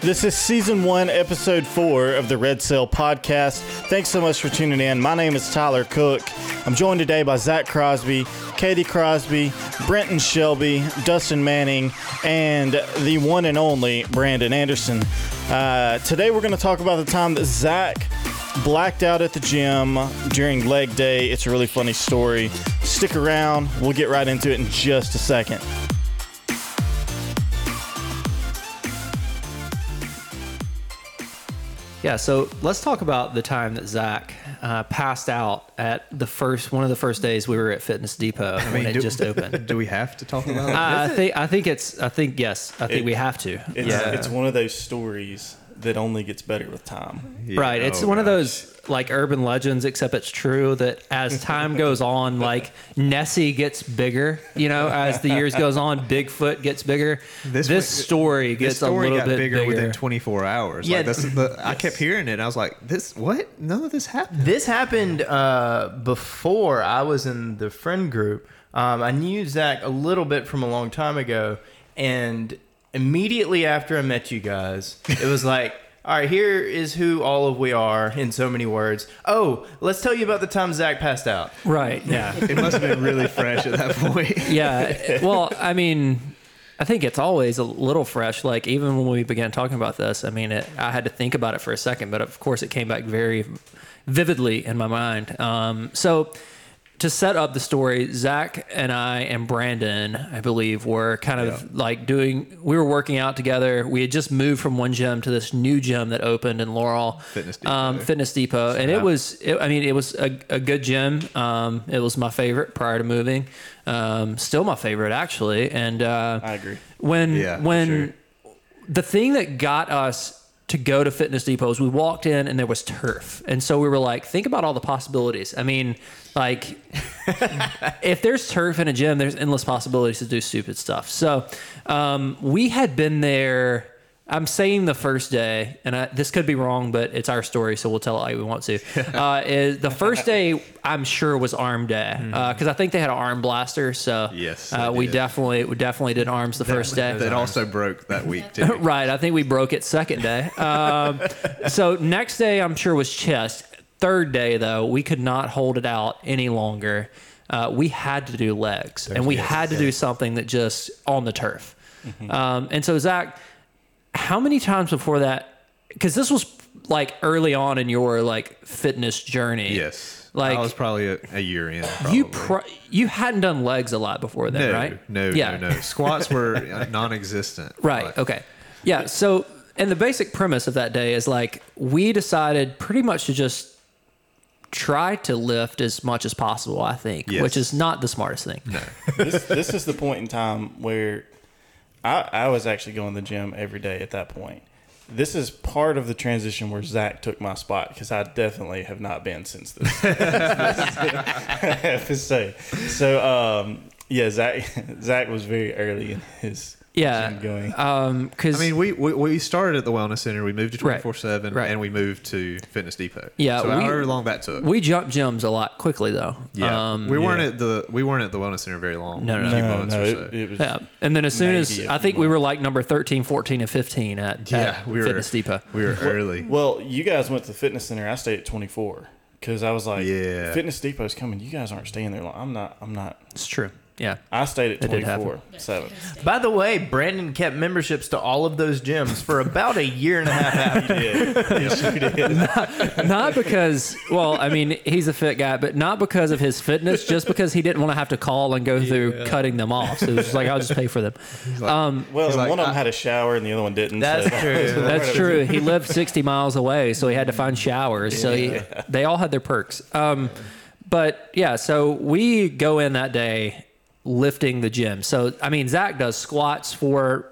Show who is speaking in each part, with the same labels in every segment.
Speaker 1: This is season one, episode four of the Red Cell podcast. Thanks so much for tuning in. My name is Tyler Cook. I'm joined today by Zach Crosby, Katie Crosby, Brenton Shelby, Dustin Manning, and the one and only Brandon Anderson. Uh, today, we're going to talk about the time that Zach blacked out at the gym during leg day. It's a really funny story. Stick around, we'll get right into it in just a second.
Speaker 2: Yeah, so let's talk about the time that Zach uh, passed out at the first one of the first days we were at Fitness Depot when it
Speaker 3: do-
Speaker 2: just opened.
Speaker 3: Do we have to talk about it?
Speaker 2: I, I think I think it's I think yes I think
Speaker 1: It-
Speaker 2: we have to
Speaker 1: It's,
Speaker 2: yeah
Speaker 1: it's one of those stories that only gets better with time.
Speaker 2: right it's
Speaker 3: one
Speaker 2: one of those like urban legends except it's true that as time goes on like Nessie gets bigger you know as the years goes on Bigfoot gets bigger this,
Speaker 3: This one-
Speaker 2: story
Speaker 3: The
Speaker 2: gets
Speaker 3: story
Speaker 2: a little
Speaker 3: got
Speaker 2: bit
Speaker 3: bigger,
Speaker 2: bigger,
Speaker 3: within 24 hours.
Speaker 4: Yeah.
Speaker 3: Like, that's the, I kept hearing it. And I was like, "This what? None of this happened."
Speaker 4: This happened uh, before I was in the friend group. Um, I knew Zach a little bit from a long time ago, and immediately after I met you guys, it was like, all right, here is who all of we are in so many words. Oh, let's tell you about the time Zach passed out.
Speaker 2: right yeah
Speaker 3: It must have been really fresh at that point.
Speaker 2: yeah. Well, I mean, I think it's always a little fresh. Like even when we began talking about this, I mean, it, I had to think about it for a second, but of course, it came back very vividly in my mind. Um, so. To set up the story, Zach and I and Brandon, I believe, were kind of like doing. We were working out together. We had just moved from one gym to this new gym that opened in Laurel
Speaker 3: Fitness
Speaker 2: um,
Speaker 3: Depot.
Speaker 2: Fitness Depot, and it was. It, I mean, it was a, a good gym. Um, it was my favorite prior to moving. Um, still my favorite actually. And uh,
Speaker 1: I agree.
Speaker 2: When
Speaker 3: Yeah, for
Speaker 2: when
Speaker 3: sure.
Speaker 2: the thing that got us to go to Fitness Depot is we walked in and there was turf, and so we were like, think about all the possibilities. I mean, like if there's turf in a gym, there's endless possibilities to do stupid stuff. So um, we had been there. I'm saying the first day, and I, this could be wrong, but it's our story, so we'll tell it like we want to. Uh, is the first day I'm sure was arm day because I think they had an arm blaster. So
Speaker 3: Mm-hmm. Yes,
Speaker 2: uh,
Speaker 3: they
Speaker 2: we
Speaker 3: did.
Speaker 2: definitely we definitely did arms the first day.
Speaker 3: That also broke that week too.
Speaker 2: Right. I think we broke it second day. Um, so next day, I'm sure was chest. Third day, though, we could not hold it out any longer. Uh, we had to do legs, and we had to do something that just on the turf.
Speaker 3: Mm-hmm.
Speaker 2: Um, and so Zach, how many times before that? Because this was like early on in your like fitness journey.
Speaker 3: Yes.
Speaker 2: Like-
Speaker 3: I was probably a, a year in.
Speaker 2: You
Speaker 3: probably.
Speaker 2: pro- you hadn't done legs a lot before then,
Speaker 3: no,
Speaker 2: right?
Speaker 3: no, no, no. Squats were uh, non-existent.
Speaker 2: Right.
Speaker 3: Like,
Speaker 2: Okay. Yeah. So, and the basic premise of that day is like we decided pretty much to just try to lift as much as possible. I think,
Speaker 3: Yes.
Speaker 2: which is not the smartest thing.
Speaker 1: This, this is the point in time where I, I was actually going to the gym every day at that point. This is part of the transition where Zach took my spot because I definitely have not been since this. I have to say. So, um, yeah, Zach Zach was very early in his
Speaker 2: Yeah.
Speaker 1: gym going.
Speaker 2: Um. Because
Speaker 3: I mean, we, we we started at the wellness center. We moved to
Speaker 2: Right.
Speaker 3: 24/7,
Speaker 2: Right.
Speaker 3: and we moved to Fitness Depot.
Speaker 2: Yeah,
Speaker 3: So
Speaker 2: we-
Speaker 3: however long that took.
Speaker 2: we jump gyms a lot quickly though.
Speaker 3: Yeah,
Speaker 2: Um,
Speaker 3: we weren't
Speaker 1: yeah.
Speaker 3: at the we weren't at the wellness center very long.
Speaker 2: No, no,
Speaker 3: a
Speaker 2: no.
Speaker 3: few
Speaker 1: no,
Speaker 3: months
Speaker 1: Uh, no,
Speaker 3: or
Speaker 1: it-
Speaker 3: so.
Speaker 1: it was-
Speaker 2: yeah. And then as soon as
Speaker 1: Maybe a
Speaker 2: I
Speaker 1: few
Speaker 2: think we were like number 13, 14, and 15 at,
Speaker 3: yeah,
Speaker 2: at
Speaker 3: we were
Speaker 2: Fitness Depot.
Speaker 3: We were early.
Speaker 1: Well, you guys went to the fitness center. I stayed at 24 because I was like,
Speaker 3: Yeah.
Speaker 1: Fitness Depot's coming. You guys aren't staying there long. I'm not. I'm not.
Speaker 2: It's true. Yeah.
Speaker 1: I stayed at
Speaker 2: That did happen.
Speaker 1: 24 seven.
Speaker 4: By the way, Brandon kept memberships to all of those gyms for about a year and a half after.
Speaker 2: not because well i mean he's a fit guy but not because of his fitness just because he didn't want to have to call and go through cutting them off so it was just like i'll just pay for them
Speaker 1: Well, and
Speaker 3: like,
Speaker 1: one of them had a shower and the other one didn't.
Speaker 4: That's
Speaker 1: so-
Speaker 4: true.
Speaker 2: that's true he lived 60 miles away so he had to find showers so he, they all had their perks um, but yeah so we go in that day lifting the gym so i mean zach does squats for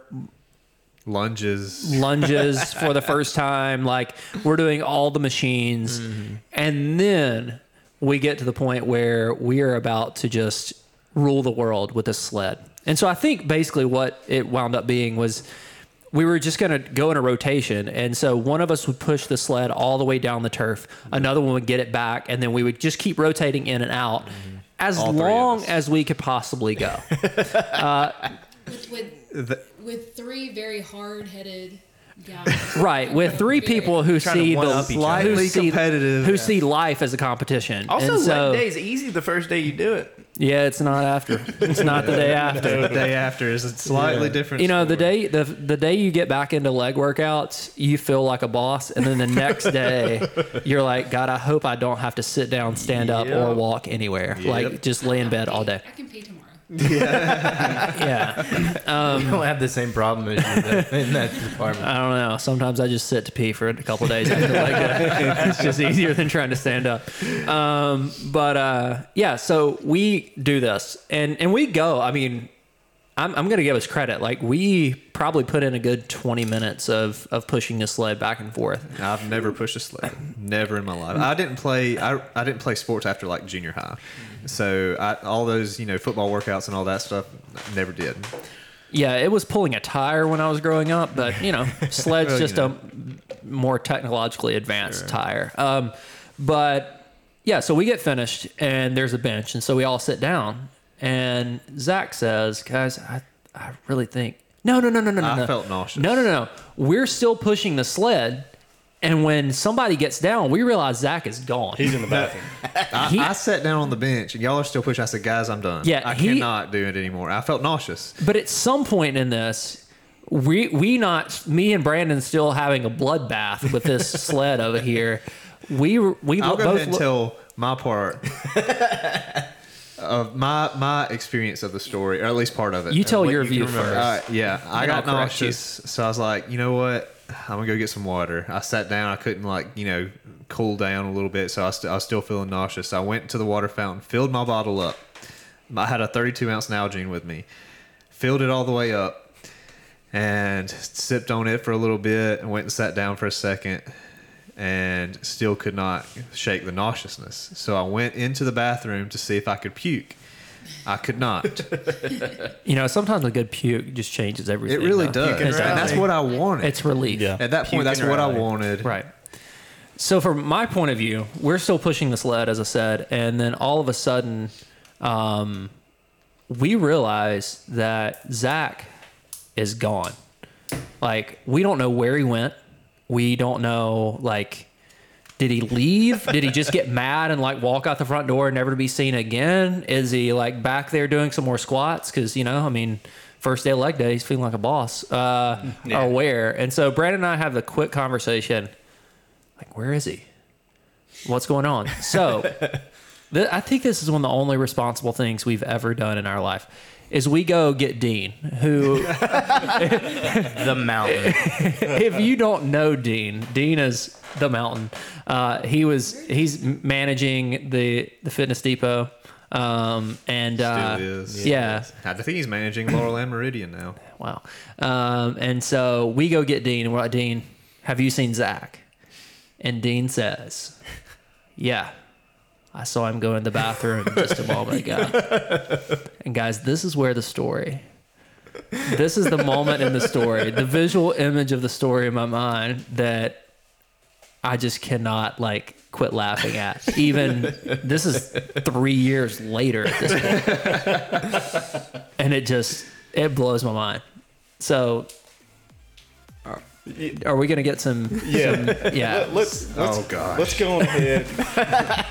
Speaker 3: Lunges.
Speaker 2: lunges for the first time. Like we're doing all the machines,
Speaker 3: Mm-hmm.
Speaker 2: and then we get to the point where we are about to just rule the world with a sled. And so I think basically what it wound up being was we were just going to go in a rotation and so one of us would push the sled all the way down the turf
Speaker 3: Mm-hmm.
Speaker 2: another one would get it back and then we would just keep rotating in and out as
Speaker 3: Mm-hmm. All three of
Speaker 2: long
Speaker 3: us.
Speaker 2: as we could possibly go
Speaker 5: with with, with three very hard-headed Yeah.
Speaker 2: right with three people who
Speaker 4: Trying to
Speaker 2: see the
Speaker 4: one-up
Speaker 2: who
Speaker 4: each other.
Speaker 3: Slightly
Speaker 2: see,
Speaker 3: competitive.
Speaker 2: who
Speaker 3: Yeah.
Speaker 2: see life as a competition.
Speaker 4: Also,
Speaker 2: And so-
Speaker 4: leg day is easy the first day you do it.
Speaker 2: Yeah, it's not after. It's not the day after.
Speaker 3: the day after is a slightly different.
Speaker 2: You know, the
Speaker 3: story.
Speaker 2: day the the day you get back into leg workouts, you feel like a boss, and then the next day, you're like, God, I hope I don't have to sit down, stand up, or
Speaker 4: Yep.
Speaker 2: walk anywhere. Like just lay in bed all day.
Speaker 5: I can pee tomorrow.
Speaker 2: Yeah,
Speaker 4: you don't have the same problem as you do in that department.
Speaker 2: I don't know. Sometimes I just sit to pee for a couple of days after leg day. It's uh, just easier than trying to stand up. Um, but uh, yeah, so we do this, and and we go. I mean. I'm, I'm gonna give us credit. Like we probably put in a good 20 minutes of of pushing this sled back and forth.
Speaker 3: I've never pushed a sled, never in my life. I didn't play. I, I didn't play sports after like junior high, so I, all those you know football workouts and all that stuff I never did.
Speaker 2: Yeah, it was pulling a tire when I was growing up, but you know, sled's
Speaker 3: Well, you
Speaker 2: just a more technologically advanced tire. Um, but yeah, so we get finished and there's a bench, and so we all sit down. And Zach says, "Guys, I, I really think no, no, no, no, no, no.
Speaker 3: I
Speaker 2: no.
Speaker 3: felt nauseous.
Speaker 2: No, no, no, no. We're still pushing the sled." And when somebody gets down, we realize Zach is gone.
Speaker 1: He's in the bathroom.
Speaker 3: I,
Speaker 2: He-
Speaker 3: I sat down on the bench and y'all are still pushing. I said, guys, I'm done.
Speaker 2: Yeah,
Speaker 3: I
Speaker 2: he-
Speaker 3: cannot do it anymore. I felt nauseous.
Speaker 2: But at some point in this, we we not me and Brandon still having a bloodbath with this sled over here. We we
Speaker 3: I'll
Speaker 2: look,
Speaker 3: go
Speaker 2: both
Speaker 3: ahead and
Speaker 2: look-
Speaker 3: tell my part of my my experience of the story, or at least part of it.
Speaker 2: you tell
Speaker 4: what
Speaker 2: your
Speaker 4: you
Speaker 2: view
Speaker 4: remember.
Speaker 2: first.
Speaker 3: Uh, yeah, I
Speaker 2: Then I'll
Speaker 3: got
Speaker 2: correct you.
Speaker 3: nauseous, so I was like, you know what? I'm gonna go get some water. I sat down. I couldn't like you know cool down a little bit, so I, st- I was still feeling nauseous. So I went to the water fountain, filled my bottle up. I had a 32 ounce Nalgene with me, filled it all the way up, and sipped on it for a little bit, and went and sat down for a second, and still could not shake the nauseousness. So I went into the bathroom to see if I could puke. I could not.
Speaker 2: you know, sometimes a good puke just changes
Speaker 3: It
Speaker 2: everything.
Speaker 3: really
Speaker 2: though.
Speaker 3: does, and
Speaker 2: It's, uh,
Speaker 3: that's what I wanted.
Speaker 2: it's relief.
Speaker 1: Yeah.
Speaker 3: At that point, that's what I wanted.
Speaker 2: Right. So from my point of view, we're still pushing this lead, as I said, and then all of a sudden, um, we realize that Zach is gone. Like we don't know where he went. We don't know like did he leave? did he just get mad and like walk out the front door and never to be seen again? Is he like back there doing some more squats? Because you know, I mean, first day of leg day, he's feeling like a boss. Uh, Or where? And so Brandon and I have the quick conversation, like, where is he? What's going on? So, th- I think this is one of the only responsible things we've ever done in our life. Is we go get Dean, who
Speaker 4: The mountain.
Speaker 2: if you don't know Dean, Dean is the mountain. Uh, he was he's managing the the fitness depot, um, and uh,
Speaker 3: Still is.
Speaker 2: yeah,
Speaker 3: I think he's managing Laurel and Meridian now.
Speaker 2: wow. Um, and so we go get Dean, and we're like, Dean, have you seen Zach? And Dean says, Yeah, I saw him go in the bathroom just a moment ago. And guys, this is where the story. This is the moment in the story, the visual image of the story in my mind that I just cannot like quit laughing at. Even this is three years later at this point. And it just it blows my mind. So are, are we gonna get some
Speaker 1: Yeah.
Speaker 2: yeah.
Speaker 1: Let's, let's,
Speaker 3: Oh, gosh.
Speaker 1: let's go on ahead.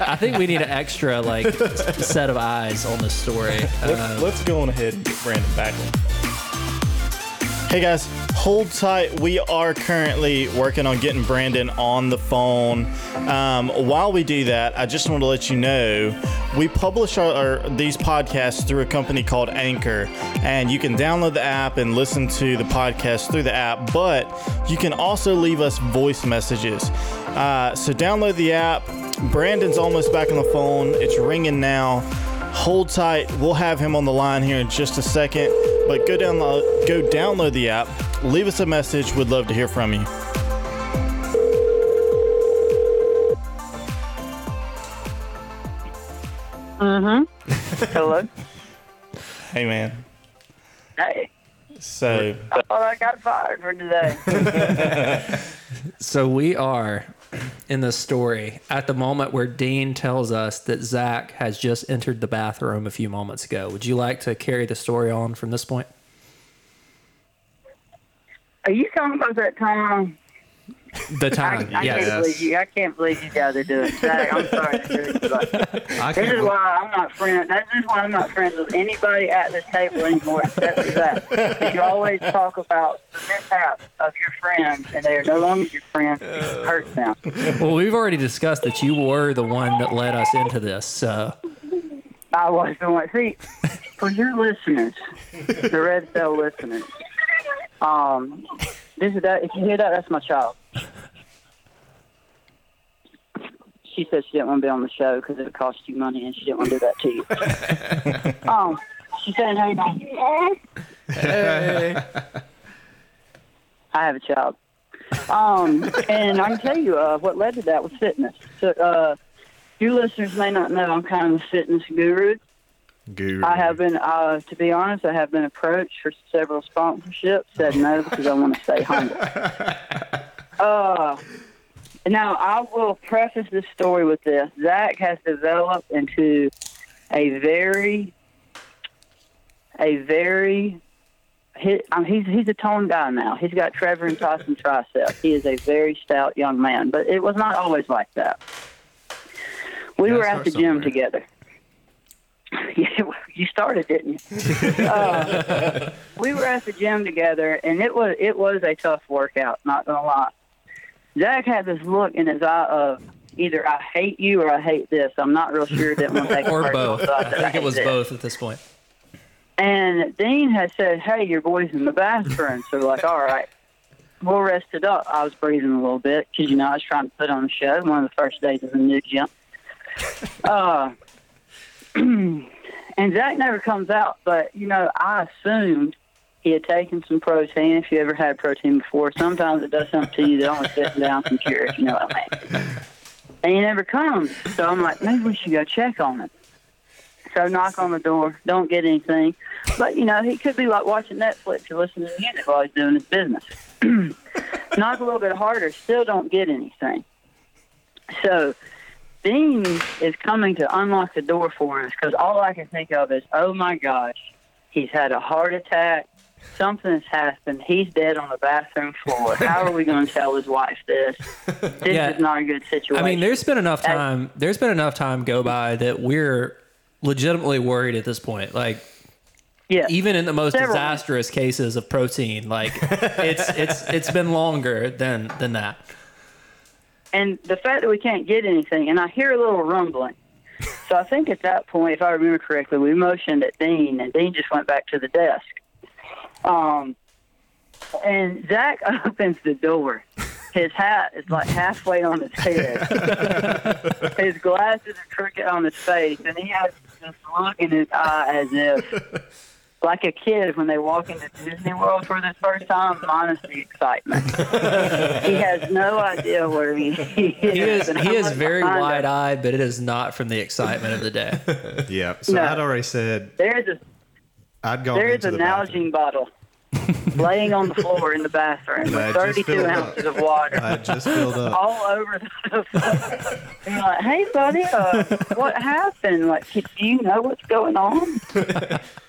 Speaker 2: I think we need an extra like s- set of eyes on this story. Uh,
Speaker 1: Let's, let's go on ahead and get Brandon back on. Hey guys, hold tight. We are currently working on getting Brandon on the phone. Um, while we do that, I just want to let you know we publish our, our- these podcasts through a company called Anchor, and you can download the app and listen to the podcast through the app. But you can also leave us voice messages. Uh, so download the app. Brandon's almost back on the phone. It's ringing now. Hold tight. We'll have him on the line here in just a second. But go down, go download the app. Leave us a message. We'd love to hear from you.
Speaker 6: Hello.
Speaker 1: Hey, man.
Speaker 6: Hey.
Speaker 1: So
Speaker 6: Well, I got fired for today.
Speaker 2: so we are in this story at the moment where Dean tells us that Zach has just entered the bathroom a few moments ago. Would you like to carry the story on from this point?
Speaker 6: Are you talking about that time?
Speaker 2: The
Speaker 6: I,
Speaker 2: time.
Speaker 6: I
Speaker 2: yes.
Speaker 6: can't believe you. I can't believe you guys are doing that. I'm sorry. This
Speaker 3: I
Speaker 6: is
Speaker 3: can't.
Speaker 6: why I'm not friends. This is why I'm not friends with anybody at this table anymore. Except for that. You always talk about the mishap of your friends, and they are no longer your friends. It hurts now.
Speaker 2: Well, we've already discussed that you were the one that led us into this. uh, So
Speaker 6: I was the one. See, for your listeners, the Red Bell listeners, um, this is that. If you hear that, that's my child. She said she didn't want to be on the show because it would cost you money, and she didn't want to do that to you. um, she said, "Hey, mom." I have a child. Um, and I can tell you uh, what led to that was fitness. So, uh, you listeners may not know I'm kind of a fitness guru.
Speaker 3: Guru.
Speaker 6: I have been, uh, to be honest, I have been approached for several sponsorships. Said no because I want to stay humble. Uh, now I will preface this story with this: Zach has developed into a very, a very. He, um, he's he's a toned guy now. He's got Trevor and Tyson triceps. He is a very stout young man, but it was not always like that. We
Speaker 3: Gotta
Speaker 6: were at
Speaker 3: start
Speaker 6: the
Speaker 3: somewhere.
Speaker 6: gym together. Yeah, well, you started, didn't you? Uh, we were at the gym together, and it was it was a tough workout. Not gonna lie, Zach had this look in his eye of either I hate you or I hate this. I'm not real sure. Didn't want to take a
Speaker 2: or
Speaker 6: personal
Speaker 2: both.
Speaker 6: shot
Speaker 2: I
Speaker 6: that
Speaker 2: think
Speaker 6: hate
Speaker 2: it was
Speaker 6: this.
Speaker 2: both at this point.
Speaker 6: And Dean had said, "Hey, your boy's in the bathroom." So we're like, all right, we'll rest it up. I was breathing a little bit because you know I was trying to put on a show. One of the first days of the new gym. Uh, and Zach never comes out, but you know I assumed he had taken some protein. If you ever had protein before, sometimes it does something to you. That only sitting down some cure, if you know what I mean. And he never comes, so I'm like, maybe we should go check on him. So knock on the door, don't get anything. But you know, he could be like watching Netflix or listening to music while he's doing his business. knock a little bit harder, still don't get anything. So Dean is coming to unlock the door for us because all I can think of is, oh my gosh, he's had a heart attack. Something's happened. He's dead on the bathroom floor. How are we going to tell his wife this? This
Speaker 2: Yeah.
Speaker 6: is not a good situation.
Speaker 2: I mean, there's been enough
Speaker 6: That's-
Speaker 2: time. There's been enough time go by that we're legitimately worried at this point. Like
Speaker 6: yeah.
Speaker 2: even in the most
Speaker 6: Several.
Speaker 2: disastrous cases of protein, like it's it's it's been longer than than that.
Speaker 6: and the fact that we can't get anything, and I hear a little rumbling. So I think at that point, if I remember correctly, we motioned at Dean, and Dean just went back to the desk. Um, and Zach opens the door. His hat is like halfway on his head. his glasses are crooked on his face, and he has this look in his eye as if, like a kid when they walk into Disney World for the first time, minus the excitement he has no idea where he, he is.
Speaker 2: He is
Speaker 6: and
Speaker 2: he
Speaker 6: I'm
Speaker 2: is
Speaker 6: right
Speaker 2: very
Speaker 6: behind him.
Speaker 2: wide eyed, but it is not from the excitement of the day.
Speaker 3: Yeah. So
Speaker 6: No.
Speaker 3: I'd already said
Speaker 6: There's a
Speaker 3: I'd gone
Speaker 6: there's
Speaker 3: into
Speaker 6: an
Speaker 3: the bathroom.
Speaker 6: Nalgene bottle laying on the floor in the bathroom
Speaker 3: I
Speaker 6: with
Speaker 3: just
Speaker 6: 32
Speaker 3: filled up.
Speaker 6: ounces of water.
Speaker 3: I just filled up.
Speaker 6: all over the sofa. And you're like, hey, buddy, uh, what happened? Like, do you know what's going on?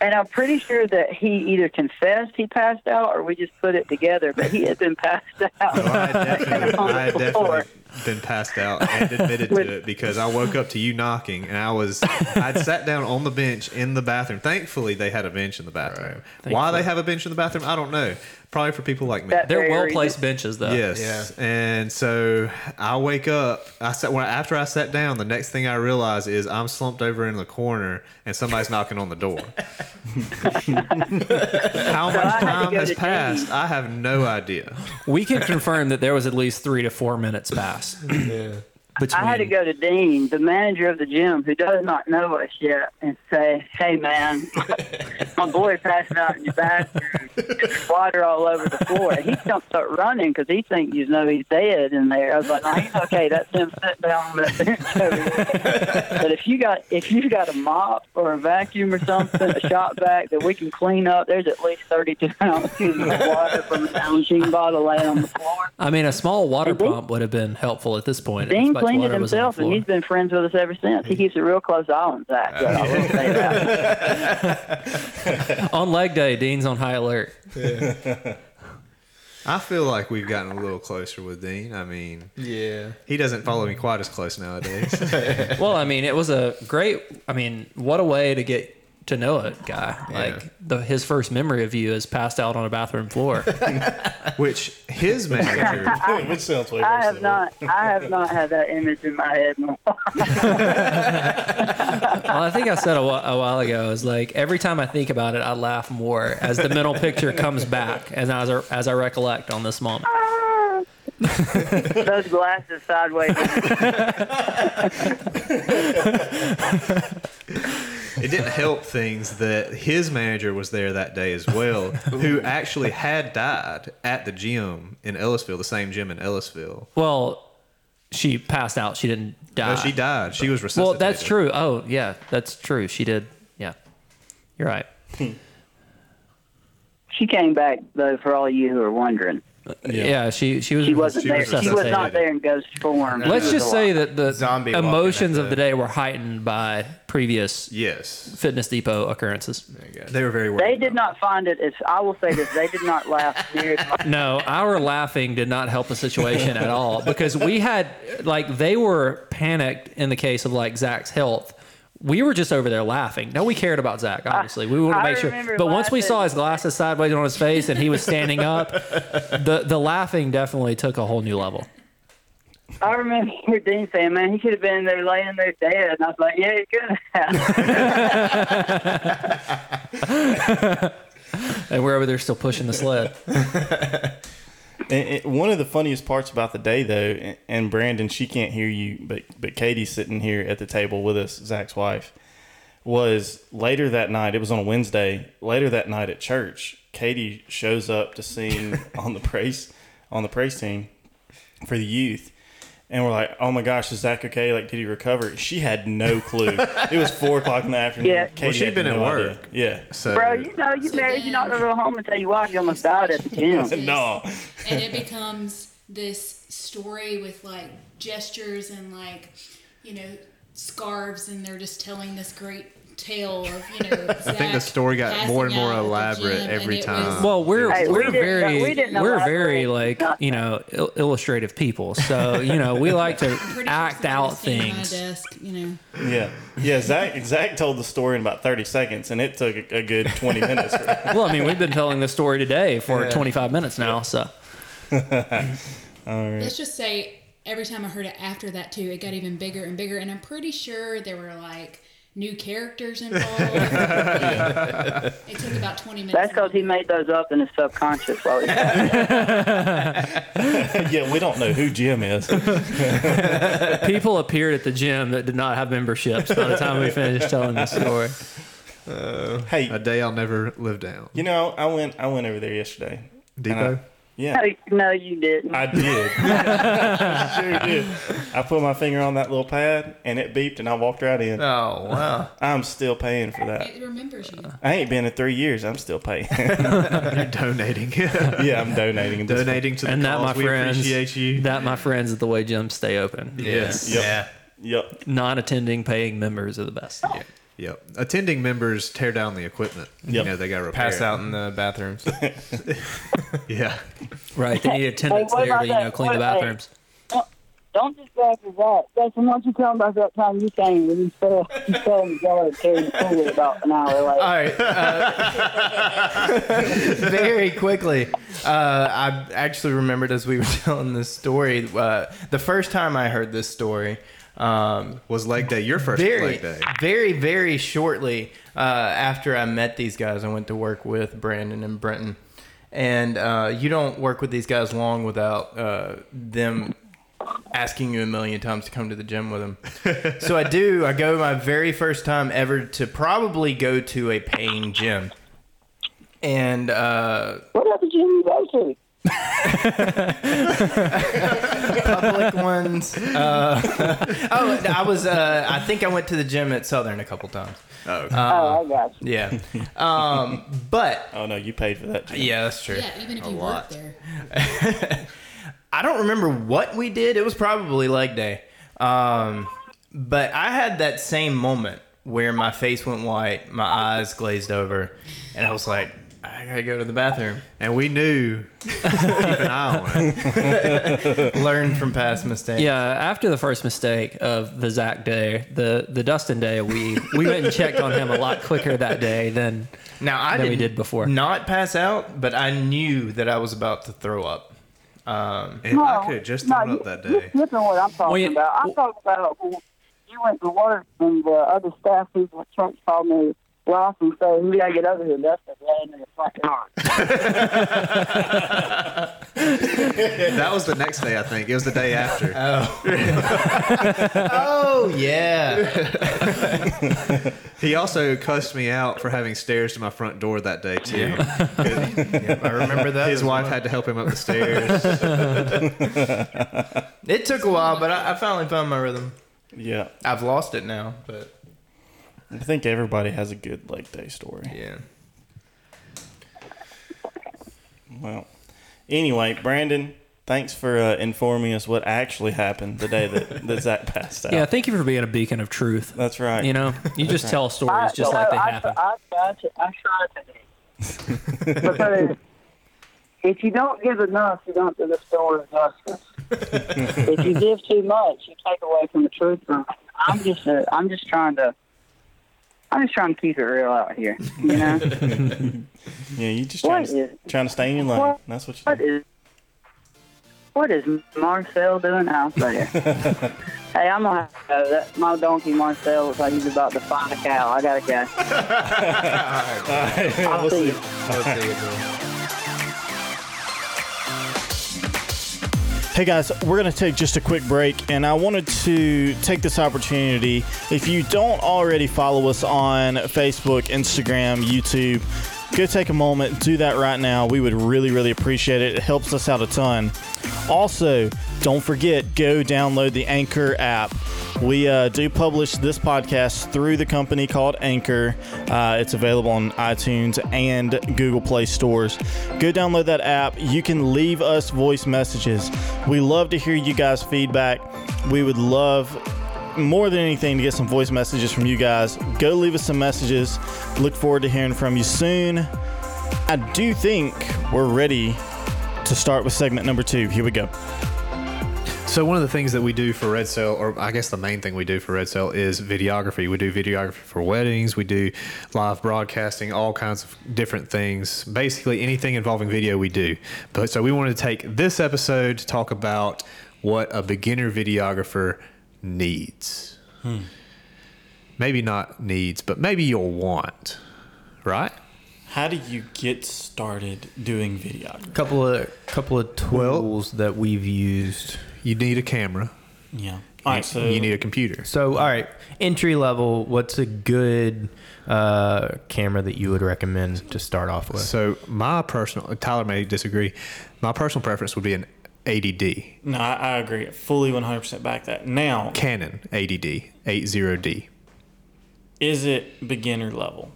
Speaker 6: and I'm pretty sure that he either confessed he passed out or we just put it together, but he had been passed out.
Speaker 3: Oh, I had definitely,
Speaker 6: on the
Speaker 3: I had
Speaker 6: floor.
Speaker 3: definitely been passed out and admitted
Speaker 6: With-
Speaker 3: to it because I woke up to you knocking and I was I'd sat down on the bench in the bathroom. Thankfully, they had a bench in the bathroom. Why they have a bench in the bathroom, I don't know. Probably for people like me.
Speaker 6: That-
Speaker 2: They're
Speaker 6: Very
Speaker 2: well placed benches though.
Speaker 3: Yes. And so I wake up. I sat when after I sat down. The next thing I realize is I'm slumped over in the corner, and somebody's knocking on the door. How
Speaker 6: I had
Speaker 3: much
Speaker 6: to
Speaker 3: time
Speaker 6: go
Speaker 3: has
Speaker 6: to
Speaker 3: passed?
Speaker 6: James.
Speaker 3: I have no idea.
Speaker 2: We can confirm that there was at least three to four minutes passed. Between
Speaker 6: I had to go to Dean, the manager of the gym, who does not know us yet, and say, "Hey, man, my boy passed out in the bathroom, water all over the floor." And he jumps up running because he thinks you know he's dead in there. I was like, "No, he's okay. That's him sitting down on that bench." over there." but if you got if you got a mop or a vacuum or something, a shop vac that we can clean up, there's at least 32 ounces of water from the Nalgene bottle laying on the floor.
Speaker 2: I mean, a small water
Speaker 6: Dean-
Speaker 2: pump would have been helpful at this point.
Speaker 6: Dean
Speaker 2: As much
Speaker 6: cleaned it
Speaker 2: water was on the
Speaker 6: himself, and
Speaker 2: floor.
Speaker 6: he's been friends with us ever since. He keeps a real close eye on Zach. so I will say that.
Speaker 2: on leg day. Dean's on high alert.
Speaker 3: I feel like we've gotten a little closer with Dean. I mean,
Speaker 4: Yeah.
Speaker 3: he doesn't follow me quite as close nowadays.
Speaker 2: Well, I mean, it was a great. I mean, what a way to get to know a guy. Like the, his first memory of you is passed out on a bathroom floor.
Speaker 3: Which his manager,
Speaker 1: Which sounds way
Speaker 6: I
Speaker 1: worse
Speaker 6: have
Speaker 1: than
Speaker 6: not. I have not had that image in my head. no more.
Speaker 2: well, I think I said a whi- a while ago is like every time I think about it, I laugh more as the mental picture comes back as I, as I recollect on this moment.
Speaker 6: Those glasses sideways.
Speaker 3: it didn't help things that his manager was there that day as well, who actually had died at the gym in Ellisville, the same gym in Ellisville.
Speaker 2: Well, she passed out. She didn't die.
Speaker 3: No, she died. She was resuscitated.
Speaker 2: Well, that's true. Oh, yeah, that's true. She did. Yeah, you're right.
Speaker 6: She came back though, for all you who are wondering.
Speaker 2: Yeah, she she was.
Speaker 6: She wasn't
Speaker 3: She
Speaker 6: there.
Speaker 3: was
Speaker 6: she was not
Speaker 2: resuscitated.
Speaker 6: there in ghost form.
Speaker 2: Let's just say that the
Speaker 4: Zombie walking
Speaker 2: emotions
Speaker 4: at
Speaker 2: of the day were heightened by previous
Speaker 3: Yes.
Speaker 2: Fitness Depot occurrences.
Speaker 3: They were very worried.
Speaker 6: They did
Speaker 3: about
Speaker 6: not find it. As I will say this, they did not laugh near as much.
Speaker 2: No, our laughing did not help the situation at all because we had like they were panicked in the case of like Zach's health. We were just over there laughing. No, we cared about Zach. Obviously, we wanted to
Speaker 6: I
Speaker 2: make sure.
Speaker 6: remember
Speaker 2: But once we saw
Speaker 6: laughing.
Speaker 2: his glasses sideways on his face and he was standing up, the the laughing definitely took a whole new level.
Speaker 6: I remember Dean saying, "Man, he could have been there laying there dead." And I was like, "Yeah, he could have."
Speaker 2: And we're over there still pushing the sled.
Speaker 1: And, and one of the funniest parts about the day, though, and- and Brandon, she can't hear you, but but Katie's sitting here at the table with us, Zach's wife, was later that night. It was on a Wednesday. Later that night at church, Katie shows up to sing on the praise on the praise team for the youth. And we're like, oh my gosh, is Zach okay? Like, did he recover? She had no clue. it was four o'clock in the afternoon.
Speaker 6: Yeah.
Speaker 1: Katie
Speaker 3: she'd
Speaker 1: had
Speaker 3: been at
Speaker 1: no
Speaker 3: work.
Speaker 1: idea. Yeah.
Speaker 3: it. So,
Speaker 6: Bro, you know, you married. You're not gonna go home and tell you why. You almost died at the gym.
Speaker 1: No.
Speaker 5: and it becomes this story with like gestures and like you know scarves and they're just telling this great tale of you know i
Speaker 3: think the story got more and more elaborate every time.
Speaker 2: Well, we're
Speaker 6: Hey, we
Speaker 2: we're
Speaker 6: didn't
Speaker 2: very
Speaker 6: know- we didn't know
Speaker 2: we are
Speaker 6: last
Speaker 2: very
Speaker 6: week.
Speaker 2: like you know il- illustrative people. So you know we like to act out things.
Speaker 5: my desk, you know
Speaker 1: Yeah. Yeah. Zach, Zach told the story in about 30 seconds, and it took a, a good 20 minutes. For
Speaker 2: Well, I mean we've been telling this story today for 25 minutes now. So
Speaker 5: let's just say every time i heard it after that too it got even bigger and bigger and i'm pretty sure there were like new characters involved it took about 20 minutes
Speaker 6: That's because he made those up in his subconscious while he
Speaker 1: yeah, we don't know who Jim is.
Speaker 2: people appeared at the gym that did not have memberships by the time we finished telling this story.
Speaker 3: a
Speaker 1: Hey,
Speaker 3: day I'll never live down.
Speaker 1: you know, I went I went over there yesterday.
Speaker 3: Depot?
Speaker 1: Yeah,
Speaker 6: No, no, you didn't.
Speaker 1: I did. I sure did. I put my finger on that little pad, and it beeped, and I walked right in.
Speaker 4: Oh wow.
Speaker 1: I'm still paying for that.
Speaker 5: it remembers you
Speaker 1: I ain't been in three years. I'm still paying.
Speaker 3: You're donating.
Speaker 1: yeah, I'm donating. at this point.
Speaker 3: donating to the
Speaker 2: And that,
Speaker 3: cause.
Speaker 2: my
Speaker 3: we
Speaker 2: friends,
Speaker 3: appreciate you.
Speaker 2: that my friends is the way gyms stay open.
Speaker 3: yes.
Speaker 1: Yep. Yep.
Speaker 2: Non-attending paying members are the best.
Speaker 3: Yep. Attending members tear down the equipment. You
Speaker 1: Yep.
Speaker 3: know, they got repaired.
Speaker 4: Pass out in the bathrooms.
Speaker 3: Yeah.
Speaker 2: Right? They need attendants
Speaker 6: Hey,
Speaker 2: there
Speaker 6: what
Speaker 2: to
Speaker 6: about
Speaker 2: you
Speaker 6: that?
Speaker 2: know clean the
Speaker 6: What- hey.
Speaker 2: bathrooms.
Speaker 6: Don't just go after that. Jason, why don't you tell him about that time you came when you fell, you fell in the yard and carried the pool about an hour later?
Speaker 4: All right. Uh, very quickly, uh, I actually remembered as we were telling this story, uh, the first time I heard this story, um,
Speaker 3: Was leg day your first
Speaker 4: very,
Speaker 3: leg day?
Speaker 4: very, very shortly uh, after I met these guys, I went to work with Brandon and Brenton. And uh, you don't work with these guys long without uh, them asking you a million times to come to the gym with them. so I do. I go my very first time ever to probably go to a paying gym. And uh,
Speaker 6: what other gym you go to?
Speaker 4: public ones. Uh, oh, I was. Uh, I think I went to the gym at Southern a couple times.
Speaker 3: Uh,
Speaker 6: oh, I got you.
Speaker 4: Yeah. Um, but
Speaker 1: Oh no, you paid for that. Jim.
Speaker 4: yeah, that's true.
Speaker 5: yeah even if you work there
Speaker 4: I don't remember what we did. It was probably leg day. Um, but I had that same moment where my face went white, my eyes glazed over, and I was like, I gotta go to the bathroom.
Speaker 3: And we knew. Keep an eye on it.
Speaker 4: Learn from past mistakes.
Speaker 2: Yeah, after the first mistake of the Zach day, the the Dustin day, we we went and checked on him a lot quicker that day than
Speaker 4: Now I
Speaker 2: than we
Speaker 4: didn't
Speaker 2: did before.
Speaker 4: Not pass out, but I knew that I was about to throw up. Um,
Speaker 3: And I could have just
Speaker 6: no,
Speaker 3: thrown
Speaker 6: you-
Speaker 3: up that
Speaker 6: You're
Speaker 3: day.
Speaker 6: skipping what I'm talking
Speaker 2: Well, you-
Speaker 6: about. I'm talking about when you went to work and the other staff people at church called me Ross and said, "We gotta get over here." That's the laying in the front yard.
Speaker 3: That was the next day, I think. It was the day after.
Speaker 4: oh yeah,
Speaker 3: He also cussed me out for having stairs to my front door that day too.
Speaker 4: I remember that.
Speaker 3: His
Speaker 4: as
Speaker 3: wife
Speaker 4: well.
Speaker 3: had to help him up the stairs.
Speaker 4: It took a while, but I, I finally found my rhythm.
Speaker 1: Yeah.
Speaker 4: I've lost it now, but
Speaker 1: I think everybody has a good leg day story.
Speaker 4: yeah.
Speaker 1: Well, anyway, Brandon, thanks for uh, informing us what actually happened the day that, that Zach passed out.
Speaker 2: yeah, thank you for being a beacon of truth.
Speaker 1: That's right.
Speaker 2: You know, you just tell stories just
Speaker 6: I,
Speaker 2: like they
Speaker 6: I,
Speaker 2: happen.
Speaker 6: I, I, tried to- I tried to. because if you don't give enough, you don't do the story of justice. if you give too much, you take away from the truth. From it. I'm just, a, I'm just trying to. I'm just trying to keep it real out here, you know.
Speaker 1: Yeah, you just
Speaker 6: What
Speaker 1: trying to,
Speaker 6: is-
Speaker 1: trying to stay in your lane.
Speaker 6: what-
Speaker 1: That's what you
Speaker 6: What
Speaker 1: do.
Speaker 6: is what is Marcel doing out there? hey, I'm gonna have to go. That, my donkey Marcel looks like he's about to find a cow. I gotta go. I'll see you.
Speaker 1: Hey guys, we're going to take just a quick break, and I wanted to take this opportunity. If you don't already follow us on Facebook, Instagram, YouTube, go take a moment, do that right now. We would really, really appreciate it. It helps us out a ton. Also, don't forget, go download the Anchor app. We uh, do publish this podcast through the company called Anchor. Uh, it's available on iTunes and Google Play stores. Go download that app. You can leave us voice messages. We love to hear you guys' feedback. We would love more than anything to get some voice messages from you guys. Go leave us some messages. Look forward to hearing from you soon. I do think we're ready to start with segment number two. Here we go.
Speaker 3: So one of the things that we do for Red Cell, or I guess the main thing we do for Red Cell, is videography. We do videography for weddings. We do live broadcasting, all kinds of different things. Basically, anything involving video, we do. But so we wanted to take this episode to talk about what a beginner videographer needs. Maybe not needs, but maybe you'll want. Right?
Speaker 1: How do you get started doing video?
Speaker 4: Couple of couple of tools that we've used.
Speaker 3: You need a camera.
Speaker 1: Yeah. All right. So
Speaker 3: you need a computer.
Speaker 4: So, all right, entry level. What's a good uh, camera that you would recommend to start off with?
Speaker 3: So my personal Tyler may disagree. My personal preference would be an ADD
Speaker 1: no, I, I agree. Fully 100% back that. Now,
Speaker 3: Canon ADD 80D.
Speaker 1: is it beginner level?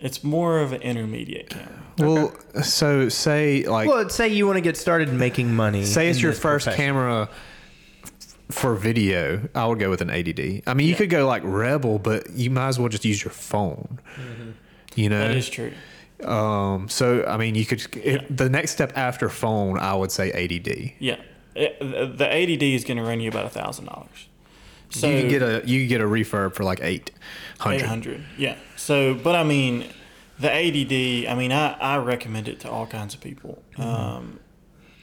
Speaker 1: It's more of an intermediate camera.
Speaker 3: Well, so say like
Speaker 4: well, let's say you want to get started making money.
Speaker 3: say it's
Speaker 4: in
Speaker 3: your
Speaker 4: this
Speaker 3: first
Speaker 4: profession.
Speaker 3: camera f- for video. I would go with an ADD. I mean, you could go like Rebel, but you might as well just use your phone. You know,
Speaker 1: That is true.
Speaker 3: um, so I mean, you could. It, the next step after phone, I would say ADD.
Speaker 1: Yeah. It- the the ADD is going to run you about $1,000. So
Speaker 3: you could get a you could get a refurb for like eight
Speaker 1: Eight
Speaker 3: hundred.
Speaker 1: hundred. Yeah. So, but I mean, the ADD. I mean, I, I recommend it to all kinds of people. Um,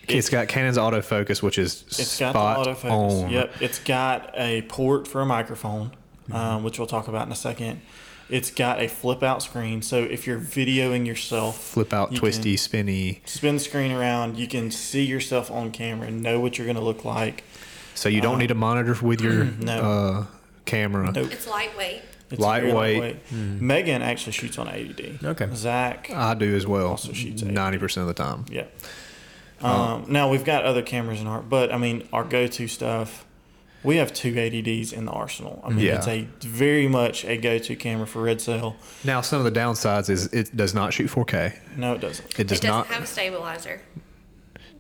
Speaker 3: It's got Canon's autofocus, which is
Speaker 1: it's got
Speaker 3: spot
Speaker 1: the autofocus.
Speaker 3: on.
Speaker 1: Yep. It's got a port for a microphone,
Speaker 3: Mm-hmm.
Speaker 1: um, which we'll talk about in a second. It's got a flip out screen, so if you're videoing yourself,
Speaker 3: Flip out,
Speaker 1: you can
Speaker 3: twisty, spinny,
Speaker 1: spin the screen around. You can see yourself on camera and know what you're going to look like.
Speaker 3: so you don't need a monitor with your
Speaker 1: Uh, no.
Speaker 3: uh, camera.
Speaker 1: Nope.
Speaker 7: It's lightweight.
Speaker 1: It's very
Speaker 3: Lightweight. Mm-hmm.
Speaker 1: Megan actually shoots on ADD.
Speaker 4: Okay.
Speaker 1: Zach.
Speaker 3: I do as well.
Speaker 1: shoots eight.
Speaker 3: Ninety percent of the time.
Speaker 1: Yeah. Um, now we've got other cameras in our, but I mean our go-to stuff. We have two ADDs in the arsenal. I mean,
Speaker 3: Yeah.
Speaker 1: it's a very much a go-to camera for red cell.
Speaker 3: Now, some of the downsides is it does not shoot 4K.
Speaker 1: No, it doesn't.
Speaker 3: It does
Speaker 7: it doesn't
Speaker 3: not
Speaker 7: have a stabilizer.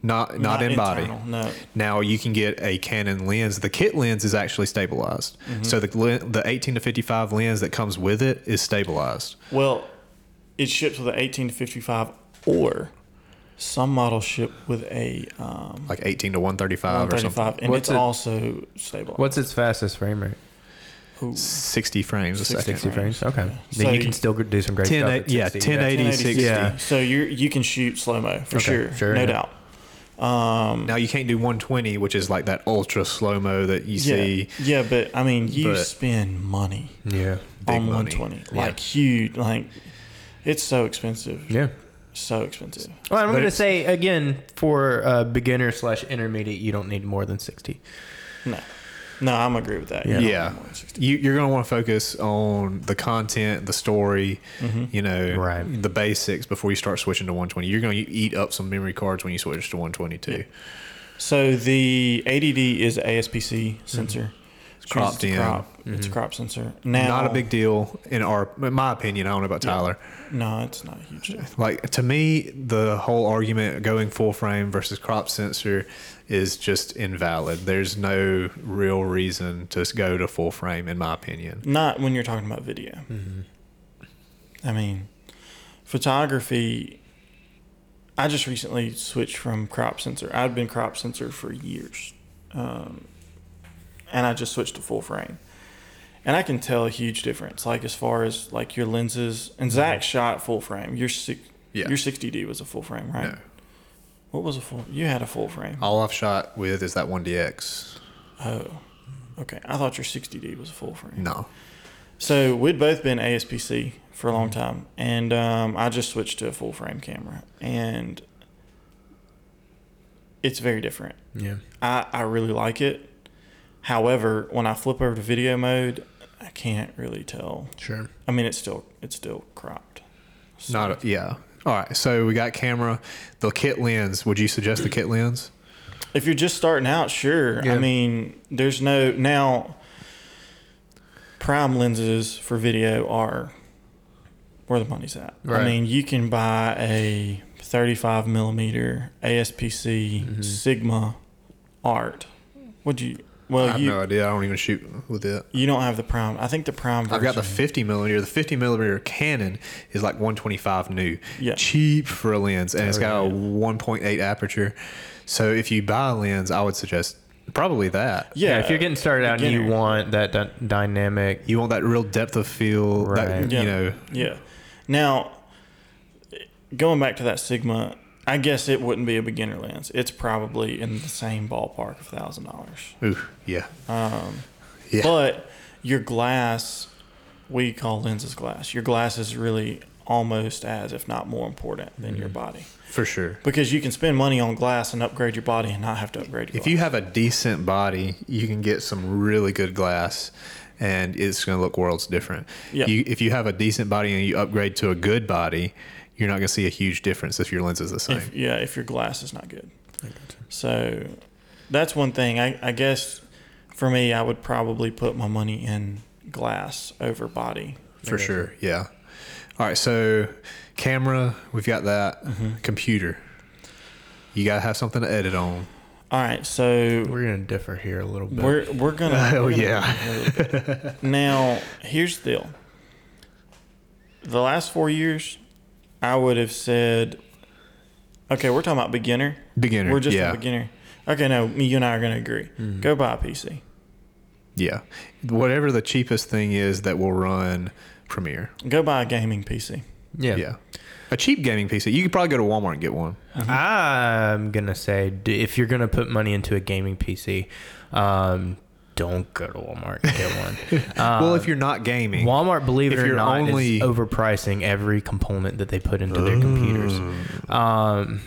Speaker 3: not not, in body.
Speaker 1: internal, No.
Speaker 3: Now you can get a Canon lens. The kit lens is actually stabilized.
Speaker 1: Mm-hmm.
Speaker 3: So the len- the 18 to 55 lens that comes with it is stabilized.
Speaker 1: Well,
Speaker 8: it ships with an 18 to 55 or some models ship with a
Speaker 1: uh,
Speaker 8: um,
Speaker 3: like 18 to 135 or something.
Speaker 8: 135 and
Speaker 4: What's
Speaker 8: it's
Speaker 4: it-
Speaker 8: also stable.
Speaker 4: What's its fastest frame rate?
Speaker 3: 60 frames a
Speaker 8: 60
Speaker 3: second.
Speaker 4: Sixty frames. Okay, then
Speaker 8: So
Speaker 4: you
Speaker 8: you-
Speaker 4: can still g- do some great
Speaker 3: 10,
Speaker 4: stuff.
Speaker 3: eight-
Speaker 4: at
Speaker 3: yeah,
Speaker 4: 60,
Speaker 3: 1080.
Speaker 8: 1080
Speaker 4: Yeah.
Speaker 8: So you you can shoot slow mo for
Speaker 4: Okay,
Speaker 8: sure,
Speaker 4: sure,
Speaker 8: no
Speaker 4: yeah.
Speaker 8: doubt.
Speaker 3: Now you can't do 120, which is like that ultra slow mo that you
Speaker 8: Yeah,
Speaker 3: see.
Speaker 8: yeah, but I mean, you
Speaker 3: but-
Speaker 8: spend money
Speaker 4: Yeah,
Speaker 3: Big
Speaker 8: on
Speaker 3: money.
Speaker 8: 120,
Speaker 3: Yeah.
Speaker 8: like huge, like it's so expensive,
Speaker 4: yeah.
Speaker 8: so expensive.
Speaker 4: Well, I'm
Speaker 3: But
Speaker 4: going to
Speaker 3: it's-
Speaker 4: say again for uh, beginner slash intermediate, you don't need more than sixty.
Speaker 8: No, no, I'm agree with that.
Speaker 4: Yeah.
Speaker 8: You don't
Speaker 3: Yeah,
Speaker 8: want more than 60.
Speaker 3: you, you're going to want to focus on the content, the story, you know,
Speaker 4: Right.
Speaker 3: the basics before you start switching to 120. You're going to eat up some memory cards when you switch to 120 too.
Speaker 8: So the ADD is ASPC
Speaker 3: Mm-hmm.
Speaker 8: sensor. It's
Speaker 3: cropped in.
Speaker 8: Crop. It's a crop sensor. Now,
Speaker 3: Mm-hmm. Not a big deal in our, in my opinion. I don't know about Tyler.
Speaker 8: No, it's not a huge deal.
Speaker 3: Like to me, the whole argument going full frame versus crop sensor is just invalid. There's no real reason to go to full frame, in my opinion.
Speaker 8: Not when you're talking about video.
Speaker 3: Mm-hmm.
Speaker 8: I mean, photography. I just recently switched from crop sensor. I've been crop sensor for years, um, and I just switched to full frame, and I can tell a huge difference. Like as far as like your lenses, and Zach shot full frame. Your six,
Speaker 3: Yeah.
Speaker 8: your 60D was a full frame, right?
Speaker 3: No.
Speaker 8: What was a full? You had a full frame.
Speaker 3: All I've shot with is that 1DX.
Speaker 8: Oh, okay. I thought your 60D was a full frame.
Speaker 3: No.
Speaker 8: So we'd both been ASPC for a long time, and um, I just switched to a full frame camera, and it's very different.
Speaker 4: Yeah.
Speaker 8: I, I really like it. However, when I flip over to video mode, I can't really tell.
Speaker 4: Sure.
Speaker 8: I mean, it's still it's still cropped.
Speaker 3: Not a, yeah. All right. So we got camera, the kit lens. Would you suggest the kit lens?
Speaker 8: If you're just starting out, sure. I
Speaker 4: Yeah.
Speaker 8: mean, there's no now. Prime lenses for video are where the money's at. I
Speaker 4: Right.
Speaker 8: mean, you can buy a 35 millimeter ASPC
Speaker 3: Mm-hmm.
Speaker 8: Sigma Art. Would you?
Speaker 3: I
Speaker 8: Well,
Speaker 3: have
Speaker 8: you
Speaker 3: no idea. I don't even shoot with it.
Speaker 8: you don't have the prime. I think the prime. Version,
Speaker 3: I've got the 50 millimeter. The 50 millimeter Canon is like 125 new,
Speaker 8: Yeah.
Speaker 3: cheap for a lens, and it's got a 1.8 aperture. So if you buy a lens, I would suggest probably that.
Speaker 8: yeah.
Speaker 4: if you're getting started out and you
Speaker 8: beginner.
Speaker 4: want that dy- dynamic,
Speaker 3: You want that real depth of field,
Speaker 4: Right.
Speaker 3: that, you know,
Speaker 8: Yeah. Now, going back to that Sigma, I guess it wouldn't be a beginner lens. It's probably in the same ballpark of thousand dollars.
Speaker 3: ooh, yeah. Um, yeah.
Speaker 8: But your glass, we call lenses glass. Your glass is really almost as, if not more important than your
Speaker 3: Mm-hmm.
Speaker 8: body,
Speaker 3: for sure.
Speaker 8: because you can spend money on glass and upgrade your body and not have to upgrade your.
Speaker 3: If you have a decent body, you can get some really good glass, and it's going to look worlds different.
Speaker 8: Yeah.
Speaker 3: You, if you have a decent body and you upgrade to a good body, you're not going to see a huge difference if your lens is the same.
Speaker 8: if, yeah, if your glass is not good. So that's one thing. I, I guess for me, I would probably put my money in glass over body.
Speaker 3: for sure, yeah. All right, so camera, we've got that.
Speaker 8: Mm-hmm.
Speaker 3: Computer, you got to have something to edit on.
Speaker 8: All right, so
Speaker 4: we're going to differ here a little bit.
Speaker 8: we're we're gonna.
Speaker 3: Oh
Speaker 8: we're gonna-
Speaker 3: yeah,
Speaker 8: Now here's the deal. The last four years, I would have said, okay, we're talking about beginner.
Speaker 3: beginner.
Speaker 8: We're just
Speaker 3: yeah. Mm-hmm.
Speaker 8: a beginner. Okay, no, me, you and I are gonna agree. Go buy a PC.
Speaker 3: Yeah, whatever the cheapest thing is that will run Premiere.
Speaker 8: Go buy a gaming PC.
Speaker 4: yeah.
Speaker 3: yeah, a cheap gaming PC. You could probably go to Walmart and get one.
Speaker 4: I'm gonna say d- if you're gonna put money into a gaming PC, um, don't go to Walmart and get one.
Speaker 8: Uh,
Speaker 3: well, if you're not gaming,
Speaker 4: Walmart, believe
Speaker 3: If
Speaker 4: it or
Speaker 3: you're
Speaker 4: not,
Speaker 3: only-
Speaker 4: is overpricing every component that they put into their computers. Um,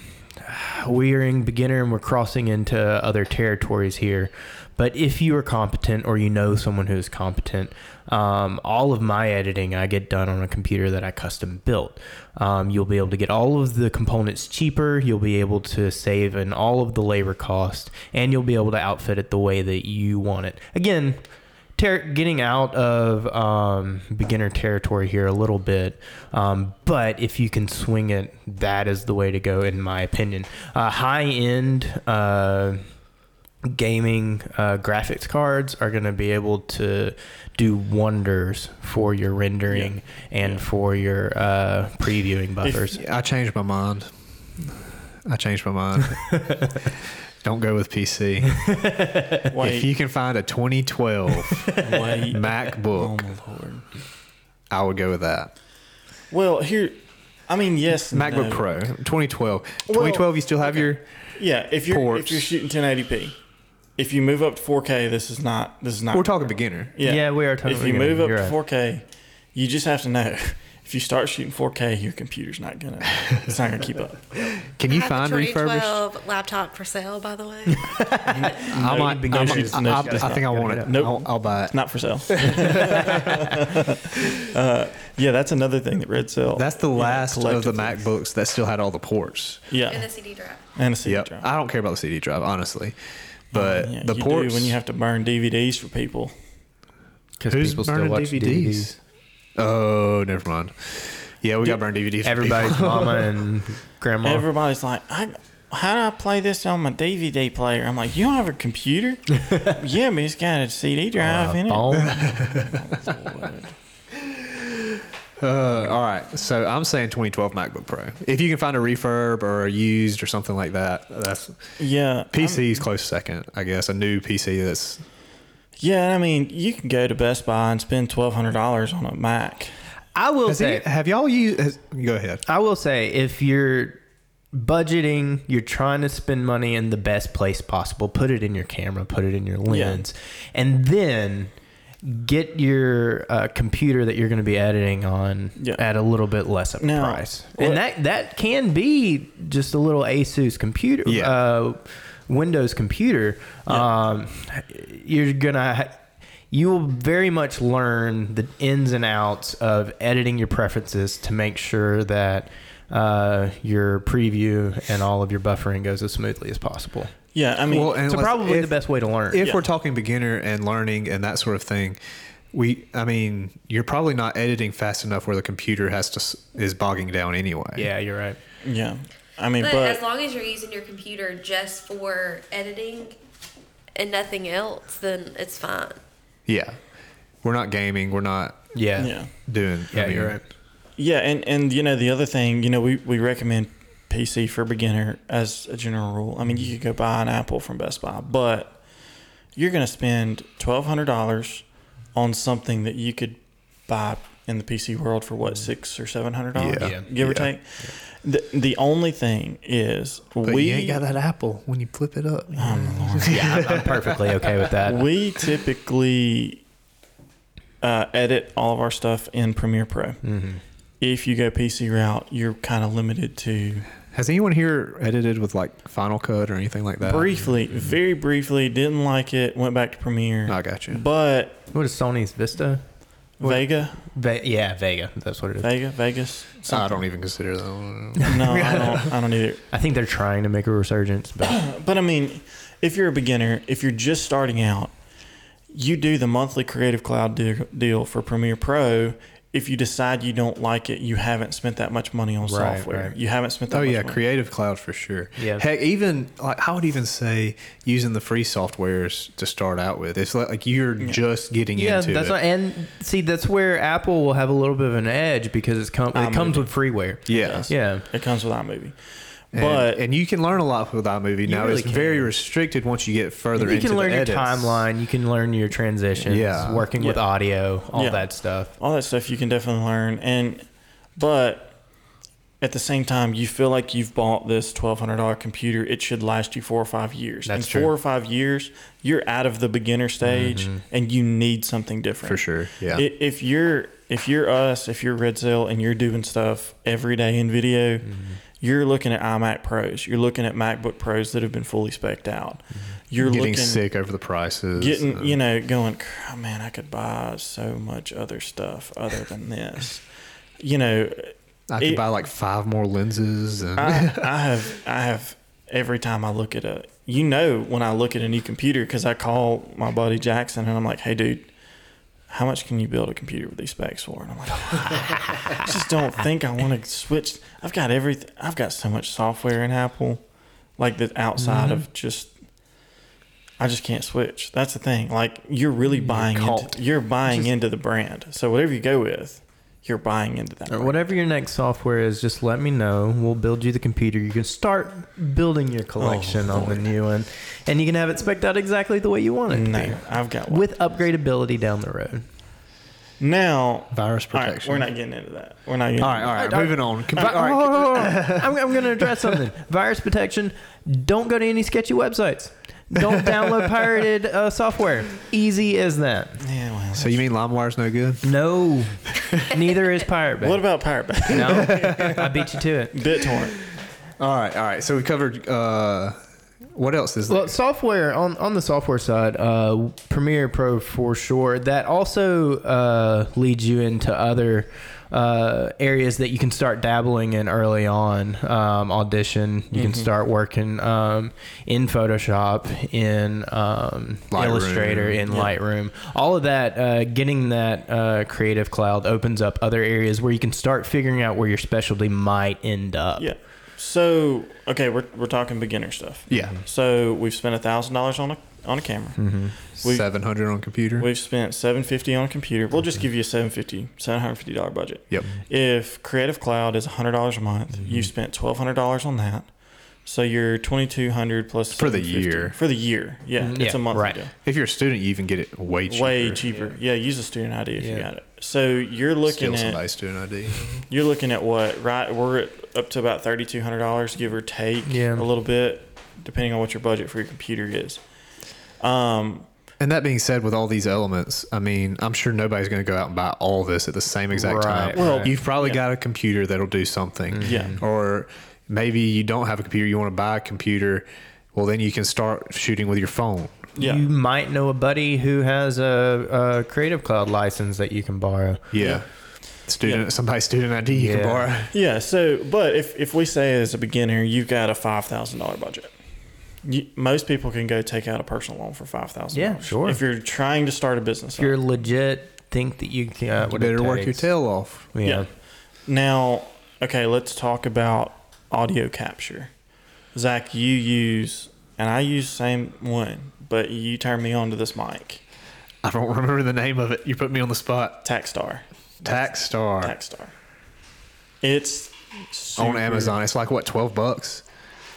Speaker 4: we are in beginner and we're crossing into other territories here. But if you are competent or you know someone who is competent, um, all of my editing I get done on a computer that I custom built. Um, you'll be able to get all of the components cheaper. You'll be able to save in all of the labor cost, and you'll be able to outfit it the way that you want it. Again, ter- getting out of um, beginner territory here a little bit, um, but if you can swing it, that is the way to go, in my opinion. Uh, high end uh,
Speaker 1: gaming uh, graphics cards are going to be able to do wonders for your rendering and for your uh, previewing buffers.
Speaker 3: I changed my mind. I changed my mind. Don't go with PC. If you
Speaker 8: Wait,
Speaker 3: can find a 2012
Speaker 8: wait. Oh
Speaker 3: MacBook, I would go with that.
Speaker 8: Well, here, I mean, yes, and
Speaker 3: MacBook
Speaker 8: no.
Speaker 3: Pro 2012. 2012, you still have your.
Speaker 8: Yeah, if you're
Speaker 3: Ports.
Speaker 8: if you're shooting 1080p, if you move up to 4K, this is not this is not.
Speaker 3: We're talking beginner.
Speaker 8: Yeah,
Speaker 1: Yeah, we are talking
Speaker 8: If you
Speaker 1: beginner,
Speaker 8: move up
Speaker 1: you're
Speaker 8: to
Speaker 1: right.
Speaker 8: 4K, you just have to know. If you start shooting 4K, your computer's not gonna it's not gonna keep up.
Speaker 3: Can you find refurbished?
Speaker 7: 2012 laptop for sale, by the way.
Speaker 3: I might.
Speaker 8: big
Speaker 3: I, might-
Speaker 8: issues.
Speaker 3: I-
Speaker 8: No,
Speaker 3: I-
Speaker 8: it's
Speaker 3: I
Speaker 8: not.
Speaker 3: think I want it.
Speaker 8: Nope.
Speaker 3: I'll, I'll buy it.
Speaker 8: Not for sale. Uh, yeah, that's another thing that Red Cell.
Speaker 3: That's the
Speaker 8: you know,
Speaker 3: last of the
Speaker 8: collected things.
Speaker 3: MacBooks that still had all the ports.
Speaker 7: And the
Speaker 8: Yeah,
Speaker 7: CD drive.
Speaker 8: and a CD
Speaker 3: Yep.
Speaker 8: drive.
Speaker 3: I don't care about the CD drive, honestly. But
Speaker 8: Oh, Yeah,
Speaker 3: the
Speaker 8: you
Speaker 3: ports.
Speaker 8: do when you have to burn DVDs for people.
Speaker 1: Because
Speaker 3: Who's burning DVDs? Oh, never mind. Yeah, we got burned DVDs. from
Speaker 1: Everybody's mama and grandma.
Speaker 8: Everybody's like, I, how do I play this on my DVD player? I'm like, you don't have a computer? yeah, but it's got a CD drive in it.
Speaker 1: Phone.
Speaker 3: people. Uh, all right, so I'm saying 2012 MacBook Pro. If you can find a refurb or a used or something like that, that's
Speaker 8: Yeah, I'm-
Speaker 3: PC's close second, I guess. A new PC that's
Speaker 8: yeah, I mean, you can go to Best Buy and spend twelve hundred dollars on a Mac.
Speaker 1: I will
Speaker 3: Has he-
Speaker 1: say.
Speaker 3: have y'all used? Has, go ahead.
Speaker 1: I will say if you're budgeting, you're trying to spend money in the best place possible. Put it in your camera, put it in your lens, and then get your uh, computer that you're going to be editing on
Speaker 8: Yeah.
Speaker 1: at a little bit less of a
Speaker 8: Now,
Speaker 1: price.
Speaker 8: what-
Speaker 1: and that that can be just a little ASUS computer.
Speaker 3: Yeah.
Speaker 1: Uh, Windows computer, um, you're gonna ha- you will very much learn the ins and outs of editing your preferences to make sure that uh, your preview and all of your buffering goes as smoothly as possible.
Speaker 8: Yeah, I mean,
Speaker 3: Well, and
Speaker 1: So
Speaker 3: let's-
Speaker 1: probably the
Speaker 3: if-
Speaker 1: best way to learn.
Speaker 3: If
Speaker 8: Yeah.
Speaker 3: we're talking beginner and learning and that sort of thing, we, I mean, you're probably not editing fast enough where the computer has to s- is bogging down anyway.
Speaker 1: yeah, you're right.
Speaker 8: yeah, I mean,
Speaker 7: But,
Speaker 8: but,
Speaker 7: as long as you're using your computer just for editing and nothing else, then it's fine.
Speaker 3: Yeah. We're not gaming. We're not
Speaker 1: Yeah.
Speaker 8: yeah,
Speaker 3: doing.
Speaker 1: Yeah, you're right.
Speaker 8: yeah, and and you know the other thing, you know, we we recommend PC for beginner as a general rule. I mean, you could go buy an Apple from Best Buy, but you're gonna spend twelve hundred dollars on something that you could buy in the PC world for what six or seven hundred dollars,
Speaker 3: Yeah. Yeah.
Speaker 8: give or
Speaker 3: Yeah.
Speaker 8: take. The the only thing is
Speaker 3: But
Speaker 8: we
Speaker 3: you ain't got that Apple when you flip it up.
Speaker 1: Oh, Yeah, I'm, I'm perfectly okay with that.
Speaker 8: we typically uh, edit all of our stuff in Premiere Pro.
Speaker 3: Mm-hmm.
Speaker 8: If you go PC route, you're kind of limited to
Speaker 3: Has anyone here edited with like Final Cut or anything like that?
Speaker 8: briefly, very briefly. Didn't like it. Went back to Premiere.
Speaker 3: I got you.
Speaker 8: But
Speaker 1: What is Sony's Vista?
Speaker 8: Vega,
Speaker 1: Ve- yeah, Vega. That's what it is.
Speaker 8: Vega, Vegas.
Speaker 3: I don't even consider that one.
Speaker 8: No, I don't. I don't either.
Speaker 1: I think they're trying to make a resurgence, but
Speaker 8: But I mean, if you're a beginner, if you're just starting out, you do the monthly Creative Cloud de- deal for Premiere Pro. If you decide you don't like it, you haven't spent that much money on
Speaker 1: Right,
Speaker 8: software.
Speaker 1: right.
Speaker 8: You haven't spent that
Speaker 3: Oh
Speaker 8: much
Speaker 3: yeah,
Speaker 8: money.
Speaker 3: Creative Cloud for sure.
Speaker 1: Yeah.
Speaker 3: Heck, even like I would even say using the free softwares to start out with. It's like, like you're just getting
Speaker 1: yeah,
Speaker 3: into
Speaker 1: that's
Speaker 3: it.
Speaker 1: not, and see that's where Apple will have a little bit of an edge because it's com- it comes with freeware.
Speaker 3: yeah.
Speaker 1: Yeah.
Speaker 8: It comes with iMovie.
Speaker 3: And,
Speaker 8: But
Speaker 3: and you can learn a lot with iMovie now.
Speaker 1: really
Speaker 3: it's
Speaker 1: can.
Speaker 3: very restricted once you get further
Speaker 1: You
Speaker 3: into
Speaker 1: can
Speaker 3: the
Speaker 1: learn your
Speaker 3: edits.
Speaker 1: timeline. You can learn your transitions.
Speaker 3: Yeah.
Speaker 1: working with
Speaker 8: Yeah.
Speaker 1: audio, all
Speaker 8: Yeah.
Speaker 1: that stuff.
Speaker 8: all that stuff you can definitely learn. And but at the same time, you feel like you've bought this twelve hundred dollar computer. It should last you four or five years.
Speaker 1: That's
Speaker 8: In
Speaker 1: true.
Speaker 8: four or five years, you're out of the beginner stage, and you need something different
Speaker 3: Mm-hmm. For sure, yeah.
Speaker 8: I- If you're if you're us, if you're Red Zell, and you're doing stuff every day in video.
Speaker 3: Mm-hmm.
Speaker 8: You're looking at iMac Pros. You're looking at MacBook Pros that have been fully spec'd out. You're
Speaker 3: Mm-hmm. Getting
Speaker 8: looking
Speaker 3: sick over the prices.
Speaker 8: getting
Speaker 3: and-
Speaker 8: you know going "Oh, man i could buy so much other stuff other than this you know
Speaker 3: I could
Speaker 8: it-
Speaker 3: buy like five more lenses. And
Speaker 8: I, I have i have every time i look at a you know when i look at a new computer because i call my buddy jackson and i'm like hey dude how much can you build a computer with these specs for? And I'm like, I just don't think I want to switch. I've got everything. I've got so much software in Apple, like the outside of just. I just can't switch. That's the thing. Like you're really buying
Speaker 4: caught.
Speaker 8: into you're buying into the brand. So whatever you go with, you're buying into that. brand.
Speaker 4: Whatever your next software is, just let me know. We'll build you the computer. You can start building
Speaker 8: Oh,
Speaker 4: your collection on the new one, and you can have it specced out exactly the way you want it. to
Speaker 8: No, I've got
Speaker 4: be,
Speaker 8: one.
Speaker 4: with upgradability down the road.
Speaker 8: now
Speaker 3: Virus
Speaker 8: all right,
Speaker 3: protection.
Speaker 8: we're not getting into that. We're not getting
Speaker 3: All right, all right. moving on. Compu-
Speaker 4: But,
Speaker 3: all right,
Speaker 8: Oh.
Speaker 4: I'm, I'm going to address something. Virus protection. Don't go to any sketchy websites. Don't download pirated uh, software. Easy as that.
Speaker 8: Yeah, well,
Speaker 3: So you mean LimeWire's no good?
Speaker 4: No, neither is Pirate Bay.
Speaker 8: what about Pirate Bay?
Speaker 4: no, I beat you to it.
Speaker 8: BitTorrent.
Speaker 3: All right, all right. So we covered. uh What else is
Speaker 4: Well,
Speaker 3: there?
Speaker 4: software on on the software side, uh, Premiere Pro for sure. That also uh, leads you into other uh, areas that you can start dabbling in early on. Um, Audition, you can start working um, in Photoshop, in um,
Speaker 3: Lightroom.
Speaker 4: Illustrator, in Lightroom. All of that, uh, getting that uh, Creative Cloud opens up other areas where you can start figuring out where your specialty might end up.
Speaker 8: Yeah. So okay, we're we're talking beginner stuff.
Speaker 3: Yeah.
Speaker 8: So we've spent a thousand dollars on a on a camera.
Speaker 3: Mm-hmm.
Speaker 8: we-
Speaker 3: Seven hundred on computer.
Speaker 8: We've spent seven fifty on a computer. We'll just give you a 750 750 dollar budget.
Speaker 3: Yep.
Speaker 8: If Creative Cloud is hundred dollars a month,
Speaker 3: Mm-hmm.
Speaker 8: you've spent twelve hundred dollars on that. So you're twenty two hundred plus
Speaker 3: For the
Speaker 8: 750.
Speaker 3: year. Mm-hmm.
Speaker 8: For the year, yeah,
Speaker 4: Mhm. Yeah,
Speaker 8: it's a monthly
Speaker 4: right.
Speaker 8: deal.
Speaker 3: If you're a student, you even get it way cheaper.
Speaker 8: Way cheaper. Yeah. use a student ID if you
Speaker 4: Yeah.
Speaker 8: got it. So you're
Speaker 3: Steal
Speaker 8: looking at
Speaker 3: somebody's student ID.
Speaker 8: you're looking at what right we're at up to about $3200 give or take
Speaker 4: Yeah.
Speaker 8: a little bit depending on what your budget for your computer is um
Speaker 3: And that being said, with all these elements, I mean, I'm sure nobody's going to go out and buy all this at the same exact
Speaker 4: Right,
Speaker 3: time.
Speaker 8: Well, right.
Speaker 3: you've probably
Speaker 8: yeah.
Speaker 3: got a computer that'll do something.
Speaker 8: Yeah.
Speaker 3: Or maybe you don't have a computer, you want to buy a computer. Well, then you can start shooting with your phone.
Speaker 8: yeah
Speaker 4: You might know a buddy who has a, a Creative Cloud license that you can borrow.
Speaker 3: Yeah. Student,
Speaker 8: Yeah.
Speaker 3: somebody's student ID you
Speaker 4: Yeah.
Speaker 3: can borrow.
Speaker 8: yeah so but if if we say as a beginner you've got a $5000 budget you, most people can go take out a personal loan for $5000
Speaker 4: Yeah, sure.
Speaker 8: if you're trying to start a business
Speaker 4: If you're legit, think that you can. Uh,
Speaker 3: You
Speaker 4: what it
Speaker 3: better work your
Speaker 4: takes.
Speaker 3: tail off.
Speaker 4: Yeah.
Speaker 8: Now, okay, let's talk about audio capture. Zach, you use and I use same one, but you turned me on to this mic,
Speaker 3: I don't remember the name of it. You put me on the spot.
Speaker 8: TaxStar.
Speaker 3: Tax Star
Speaker 8: TaxStar. It's
Speaker 3: on
Speaker 8: super-
Speaker 3: Amazon. It's like, what, 12 bucks?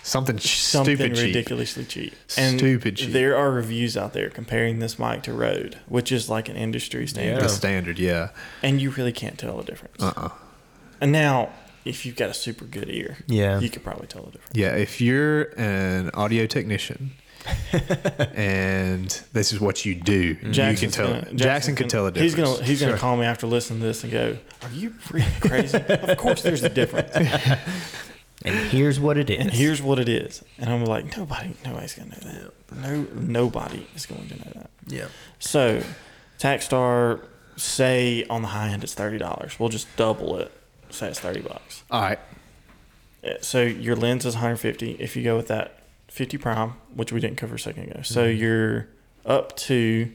Speaker 3: Something, ch-
Speaker 8: Something
Speaker 3: stupid cheap.
Speaker 8: ridiculously cheap.
Speaker 3: Stupid cheap.
Speaker 8: There are reviews out there comparing this mic to Rode, which is like an industry standard,
Speaker 3: The
Speaker 4: Yeah.
Speaker 3: standard, yeah.
Speaker 8: and you really can't tell the difference.
Speaker 3: Uh-uh.
Speaker 8: And now, if you've got a super good ear,
Speaker 4: Yeah.
Speaker 8: you could probably tell the difference.
Speaker 3: Yeah, if you're an audio technician and this is what you do, you can
Speaker 8: Jackson's
Speaker 3: tell.
Speaker 8: gonna-
Speaker 3: Jackson,
Speaker 8: Jackson's
Speaker 3: can
Speaker 8: gonna-
Speaker 3: tell the
Speaker 8: He's
Speaker 3: difference.
Speaker 8: gonna he's gonna call me after listening to this and go, "Are you freaking crazy? of course there's a difference,
Speaker 4: And here's what it is.
Speaker 8: and here's what it is." And I'm like, "Nobody, nobody's gonna know that. No, nobody is going to know that."
Speaker 4: yeah.
Speaker 8: So, Taxstar, say on the high end, it's thirty dollars. We'll just double it. Say it's thirty bucks.
Speaker 3: All right,
Speaker 8: Uh, So your lens is 150. If you go with that 50 prime, which we didn't cover a second ago, so
Speaker 3: Mm-hmm.
Speaker 8: you're up to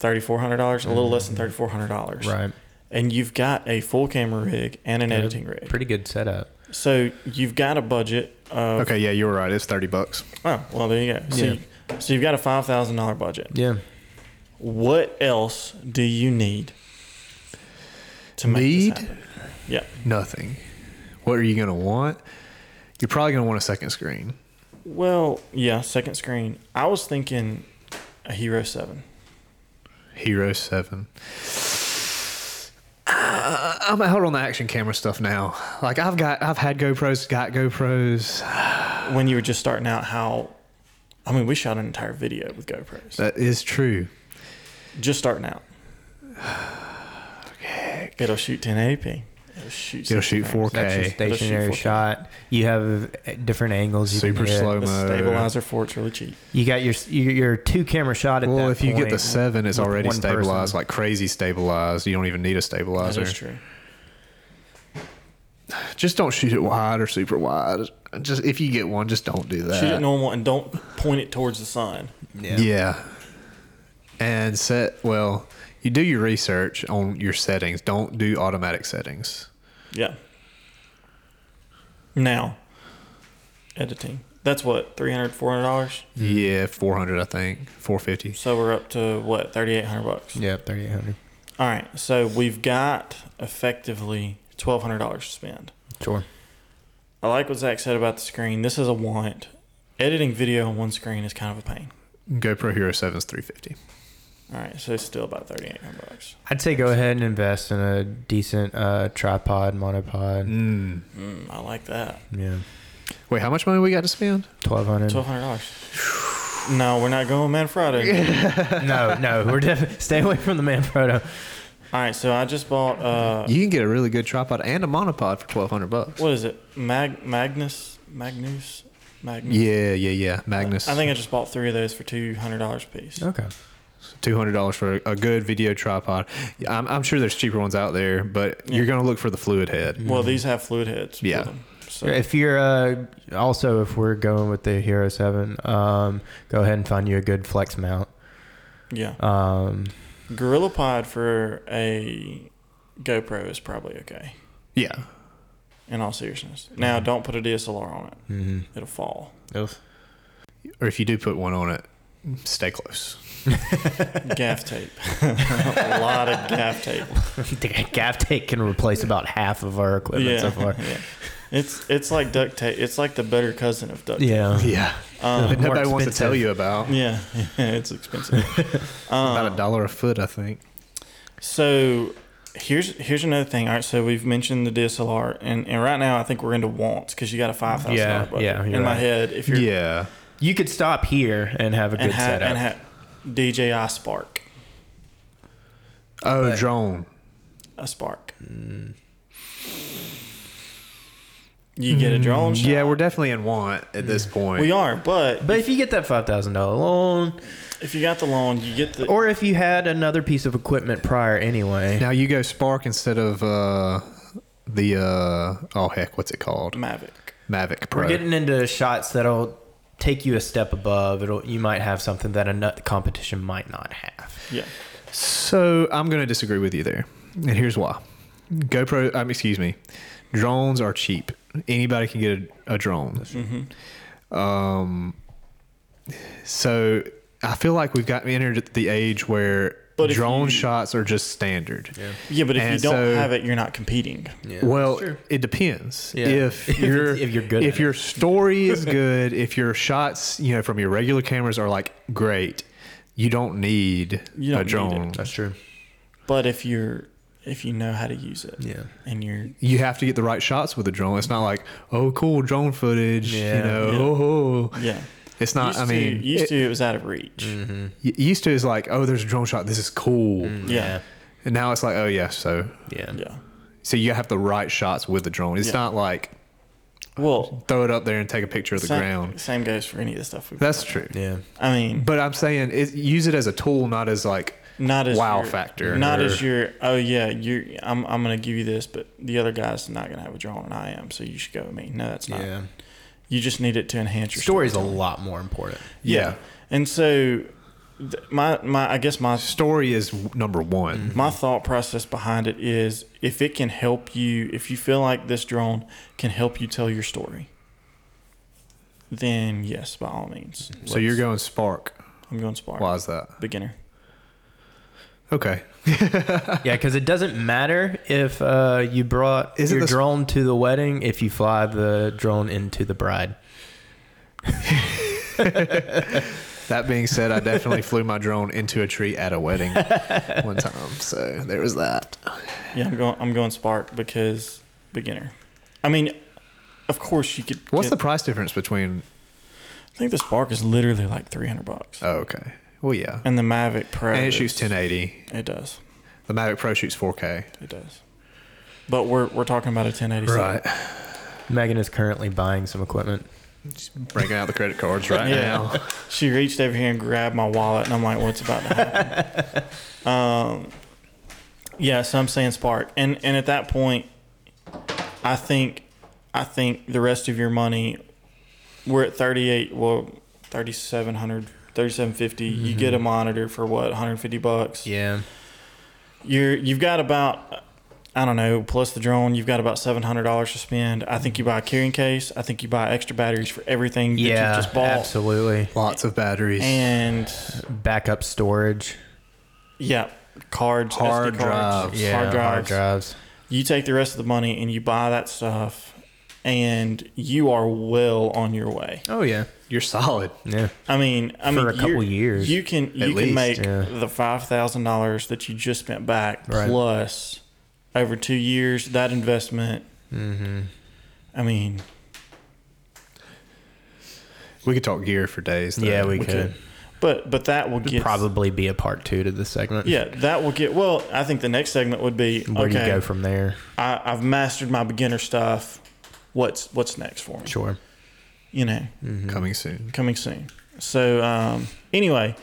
Speaker 8: $3,400, a little less than $3,400.
Speaker 4: Right.
Speaker 8: and you've got a full camera rig and an
Speaker 4: Yeah,
Speaker 8: editing rig.
Speaker 4: Pretty good setup.
Speaker 8: So you've got a budget of
Speaker 3: okay, yeah, you're right. It's thirty bucks.
Speaker 8: oh well there you go. So,
Speaker 4: Yeah.
Speaker 8: you, so you've got a five thousand dollar budget.
Speaker 4: Yeah.
Speaker 8: What else do you need to make this
Speaker 3: Need?
Speaker 8: happen? Yeah,
Speaker 3: Nothing. What are you gonna want? You're probably gonna want a second screen.
Speaker 8: well yeah. Second screen. I was thinking a Hero Seven.
Speaker 3: Hero Seven. Uh, I'm out on the action camera stuff now. Like I've got, I've had GoPros, got GoPros.
Speaker 8: When you were just starting out, how? I mean, we shot an entire video with GoPros.
Speaker 3: That is true.
Speaker 8: just starting out. It'll shoot 1080p. It'll shoot.
Speaker 3: It'll shoot
Speaker 8: 60
Speaker 3: 4K.
Speaker 8: frames.
Speaker 4: That's your
Speaker 3: Okay.
Speaker 4: stationary
Speaker 8: Let's shoot 4K.
Speaker 4: shot. You have uh, different angles. You
Speaker 3: Super
Speaker 4: can hit.
Speaker 3: slow
Speaker 8: The
Speaker 3: mo.
Speaker 8: stabilizer for it's really cheap.
Speaker 4: You got your s- your, your two camera shot at
Speaker 3: Well,
Speaker 4: that
Speaker 3: if you get the
Speaker 4: point
Speaker 3: seven, it's
Speaker 4: with
Speaker 3: already
Speaker 4: one person.
Speaker 3: stabilized, like crazy stabilized. You don't even need a
Speaker 8: That
Speaker 3: stabilizer.
Speaker 8: is true.
Speaker 3: Just don't shoot it wide or super wide. Just if you get one, just don't do that.
Speaker 8: Shoot it normal and don't point it towards the sun.
Speaker 3: yeah. And set well, you do your research on your settings. Don't do automatic settings.
Speaker 8: Yeah. Now, editing.
Speaker 1: That's what, 300 $400?
Speaker 3: Yeah, four hundred, I think, four fifty.
Speaker 1: So we're up to what, 3800 bucks?
Speaker 4: Yeah, thirty eight hundred.
Speaker 1: All right. So we've got effectively $1,200 to spend.
Speaker 4: Sure.
Speaker 1: I like what Zach said about the screen. This is a want. Editing video on one screen is kind of a pain.
Speaker 3: GoPro Hero Seven's three fifty.
Speaker 1: All right. So it's still about 3800 bucks.
Speaker 4: I'd say go ahead and invest in a decent uh, tripod, monopod.
Speaker 3: Mm.
Speaker 1: Mm, I like that.
Speaker 4: Yeah,
Speaker 3: Wait, how much money we got to spend?
Speaker 4: twelve hundred.
Speaker 1: Twelve hundred dollars. No, we're not going Man Friday.
Speaker 4: no, no, we're definitely stay away from the man photo.
Speaker 1: All right, so I just bought uh,
Speaker 3: You can get a really good tripod and a monopod for twelve hundred bucks.
Speaker 1: what is it? Mag Magnus Magnus Magnus.
Speaker 3: Yeah, yeah, yeah. Magnus. Oh,
Speaker 1: I think I just bought three of those for two hundred dollars a piece.
Speaker 4: Okay.
Speaker 3: two hundred dollars for a good video tripod. Yeah, I'm, I'm sure there's cheaper ones out there, but you're gonna look for the fluid head.
Speaker 1: Well,
Speaker 4: Mm-hmm.
Speaker 1: these have fluid heads. with
Speaker 3: Yeah.
Speaker 1: them, so
Speaker 4: If you're uh, also if we're going with the Hero Seven, um, go ahead and find you a good flex mount.
Speaker 1: yeah,
Speaker 4: Um,
Speaker 1: Gorilla Pod for a GoPro is probably okay.
Speaker 3: Yeah,
Speaker 1: In all seriousness,
Speaker 4: Mm-hmm.
Speaker 1: now don't put a DSLR on it;
Speaker 4: mhm.
Speaker 1: it'll fall.
Speaker 3: or if you do put one on it, stay close.
Speaker 1: Gaff tape, a lot of gaff tape.
Speaker 4: Gaff tape can replace about half of our equipment so far.
Speaker 1: yeah. It's it's like duct tape. It's like the better cousin of duct tape.
Speaker 4: Yeah.
Speaker 3: Yeah,
Speaker 1: Um,
Speaker 3: that nobody
Speaker 4: more
Speaker 3: wants to tell
Speaker 4: expensive.
Speaker 3: you about.
Speaker 1: Yeah, yeah, it's expensive.
Speaker 3: about a dollar a foot, I think.
Speaker 1: So here's here's another thing. All right, so we've mentioned the DSLR, and, and right now I think we're into wants because you got a five thousand
Speaker 4: Yeah,
Speaker 1: dollar budget.
Speaker 4: yeah,
Speaker 1: in
Speaker 4: you're
Speaker 1: my
Speaker 4: right.
Speaker 1: head, if you're
Speaker 3: Yeah,
Speaker 4: You could stop here and have a good
Speaker 1: and ha-
Speaker 4: setup.
Speaker 1: and ha- DJI Spark,
Speaker 3: Oh, drone.
Speaker 1: a Spark. You get a drone shot.
Speaker 3: Yeah, we're definitely in want at this point.
Speaker 1: we are, but,
Speaker 4: but if you get that five thousand dollar loan,
Speaker 1: if you got the loan, you get the
Speaker 4: or if you had another piece of equipment prior anyway,
Speaker 3: Now you go Spark instead of uh, the uh, oh heck, what's it called?
Speaker 1: Mavic.
Speaker 3: Mavic Pro.
Speaker 4: we're getting into shots that'll take you a step above. It'll you might have something that a nut competition might not have.
Speaker 1: Yeah,
Speaker 3: So I'm going to disagree with you there, and here's why: GoPro, um, excuse me, drones are cheap. Anybody can get a, a drone.
Speaker 1: Mm-hmm.
Speaker 3: Um, so I feel like we've got entered the age where
Speaker 1: But if
Speaker 3: drone
Speaker 1: you-
Speaker 3: shots are just standard.
Speaker 1: yeah, but if
Speaker 3: And
Speaker 1: you don't
Speaker 3: so-
Speaker 1: have it, you're not competing.
Speaker 3: Well, it depends.
Speaker 4: Yeah. If
Speaker 3: If
Speaker 4: it's-
Speaker 3: your
Speaker 4: if you're good
Speaker 3: if
Speaker 4: at
Speaker 3: your story is good, if your shots, you know, from your regular cameras are like great, you don't need
Speaker 1: You don't
Speaker 3: a
Speaker 1: need
Speaker 3: drone.
Speaker 1: it.
Speaker 4: That's true.
Speaker 1: But if you're if you know how to use it,
Speaker 4: Yeah.
Speaker 1: and you're
Speaker 3: you have to get the right shots with a drone. It's not like, oh, cool drone footage.
Speaker 4: Yeah.
Speaker 3: You know,
Speaker 1: Yeah.
Speaker 3: oh, oh.
Speaker 1: yeah.
Speaker 3: It's not.
Speaker 1: Used
Speaker 3: I
Speaker 1: to-
Speaker 3: mean,
Speaker 1: used
Speaker 3: it- Mm-hmm.
Speaker 1: to it was out of reach.
Speaker 3: y- used to is like, oh, there's a drone shot. This is cool.
Speaker 4: Mm.
Speaker 1: Yeah.
Speaker 3: And now it's like, oh yeah, so
Speaker 4: Yeah.
Speaker 1: Yeah.
Speaker 3: so you have the right shots with the drone. It's
Speaker 1: Yeah.
Speaker 3: not like
Speaker 1: Well,
Speaker 3: throw it up there and take a picture of the
Speaker 1: same,
Speaker 3: ground.
Speaker 1: same goes for any of the stuff we've
Speaker 3: That's
Speaker 1: done.
Speaker 3: true.
Speaker 4: Yeah.
Speaker 1: I mean,
Speaker 3: But I'm saying it, use it as a tool, not as like
Speaker 1: not as
Speaker 3: wow
Speaker 1: your-
Speaker 3: factor.
Speaker 1: Not
Speaker 3: or-
Speaker 1: as your oh yeah, you're I'm I'm gonna give you this, but the other guy's not gonna have a drone and I am, so you should go with me. No, that's not.
Speaker 4: Yeah.
Speaker 1: You just need it to enhance your
Speaker 4: Story's a
Speaker 1: storytelling.
Speaker 4: lot more important.
Speaker 3: yeah.
Speaker 1: And so, th- my my I guess my
Speaker 3: Story is w- number one.
Speaker 1: my thought process behind it is if it can help you if you feel like this drone can help you tell your story then yes by all means
Speaker 3: So you're going Spark.
Speaker 1: i'm going spark
Speaker 3: Why is that?
Speaker 1: beginner
Speaker 3: Okay.
Speaker 4: Yeah, because it doesn't matter if uh, you brought
Speaker 3: Isn't
Speaker 4: your
Speaker 3: this-
Speaker 4: drone to the wedding if you fly the drone into the bride.
Speaker 3: That being said, I definitely flew my drone into a tree at a wedding one time. So there was that.
Speaker 1: yeah i'm going i'm going spark because beginner i mean of course you could
Speaker 3: What's the
Speaker 1: get-
Speaker 3: price difference between?
Speaker 1: i think the spark is literally like 300 bucks
Speaker 3: Oh, okay. Well, yeah.
Speaker 1: and the mavic pro
Speaker 3: And it
Speaker 1: is-
Speaker 3: shoots 1080.
Speaker 1: it does
Speaker 3: The Mavic Pro shoots 4K.
Speaker 1: it does but we're we're talking about a 1080
Speaker 4: Megan is currently buying some equipment.
Speaker 3: Breaking out the credit cards right
Speaker 1: Yeah.
Speaker 3: now.
Speaker 1: She reached over here and grabbed my wallet, and I'm like, "What's about to happen?" um, yeah, so I'm saying Spark, and and at that point, I think, I think the rest of your money, we're at 38, well, 3700, 3750. You get a monitor for what, 150 bucks?
Speaker 4: Yeah.
Speaker 1: You're you've got about. I don't know, plus the drone, you've got about seven hundred dollars to spend. I think you buy a carrying case. I think you buy extra batteries for everything that you just bought.
Speaker 4: absolutely.
Speaker 3: Lots of batteries.
Speaker 1: And
Speaker 4: Backup storage,
Speaker 1: yeah, cards,
Speaker 3: Hard
Speaker 1: SD cards,
Speaker 3: drives.
Speaker 4: yeah,
Speaker 1: hard drives.
Speaker 4: drives.
Speaker 1: You take the rest of the money and you buy that stuff, and you are well on your way.
Speaker 3: oh yeah, you're solid.
Speaker 4: Yeah,
Speaker 1: I mean, I
Speaker 4: For
Speaker 1: mean,
Speaker 4: a couple
Speaker 1: you're-
Speaker 4: years,
Speaker 1: you can you
Speaker 3: at
Speaker 1: can
Speaker 3: least,
Speaker 1: make
Speaker 4: yeah.
Speaker 1: the five thousand dollars that you just spent back
Speaker 4: Right.
Speaker 1: plus over two years that investment. Mm-hmm. I mean,
Speaker 3: We could talk gear for days. though.
Speaker 4: yeah, we,
Speaker 1: we
Speaker 4: could,
Speaker 1: could, but but that will get
Speaker 4: probably be a part two to this segment.
Speaker 1: yeah that will get well. I think the next segment would be
Speaker 4: where
Speaker 1: okay.
Speaker 4: do you go from there?
Speaker 1: I, I've mastered my beginner stuff. What's what's next for me?
Speaker 4: Sure.
Speaker 1: You know,
Speaker 3: coming soon.
Speaker 1: coming soon. So um, anyway,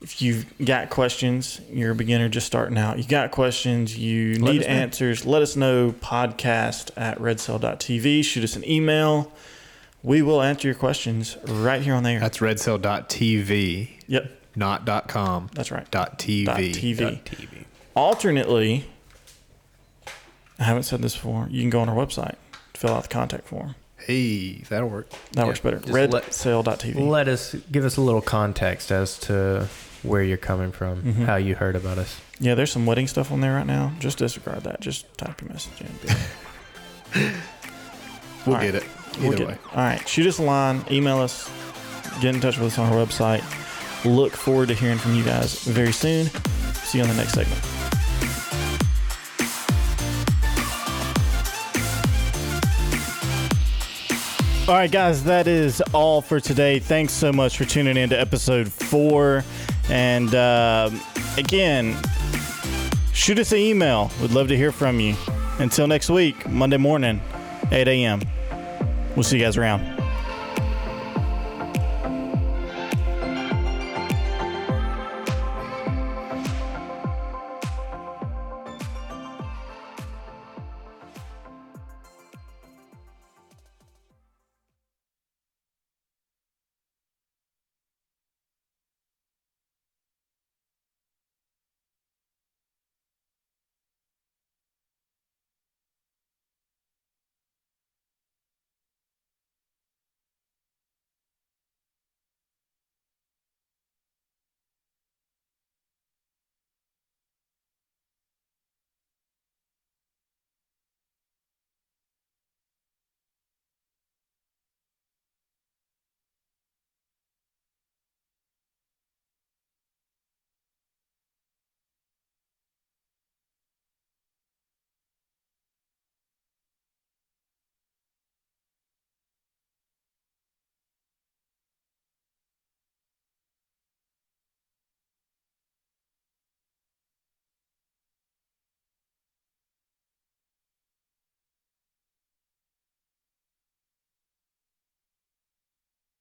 Speaker 1: if you've got questions, you're a beginner just starting out. You got questions, you need
Speaker 4: us know.
Speaker 1: answers, let us know podcast at redcell.tv. Shoot us an email. We will answer your questions right here on the air.
Speaker 3: That's redcell.tv,
Speaker 1: yep.
Speaker 3: not dot .com.
Speaker 1: That's right.
Speaker 3: Dot .tv.
Speaker 1: Dot TV. Alternately, I haven't said this before. You can go on our website, fill out the contact form.
Speaker 3: Hey, that'll work.
Speaker 1: That works better.
Speaker 4: just let-
Speaker 1: Redcell.tv.
Speaker 4: Let us give us a little context as to where you're coming from,
Speaker 8: Mm-hmm.
Speaker 4: how you heard about us.
Speaker 1: Yeah, there's some wedding stuff on there right now. Just disregard that. Just type your message in. All
Speaker 3: We'll
Speaker 1: right.
Speaker 3: get it. Either
Speaker 1: We'll get-
Speaker 3: way.
Speaker 1: All right. Shoot us a line, email us, get in touch with us on our website. Look forward to hearing from you guys very soon. See you on the next segment. All right, guys, that is all for today. Thanks so much for tuning in to episode four. And um again, shoot us an email. We'd love to hear from you. Until next week, Monday morning, 8 a.m. We'll see you guys around.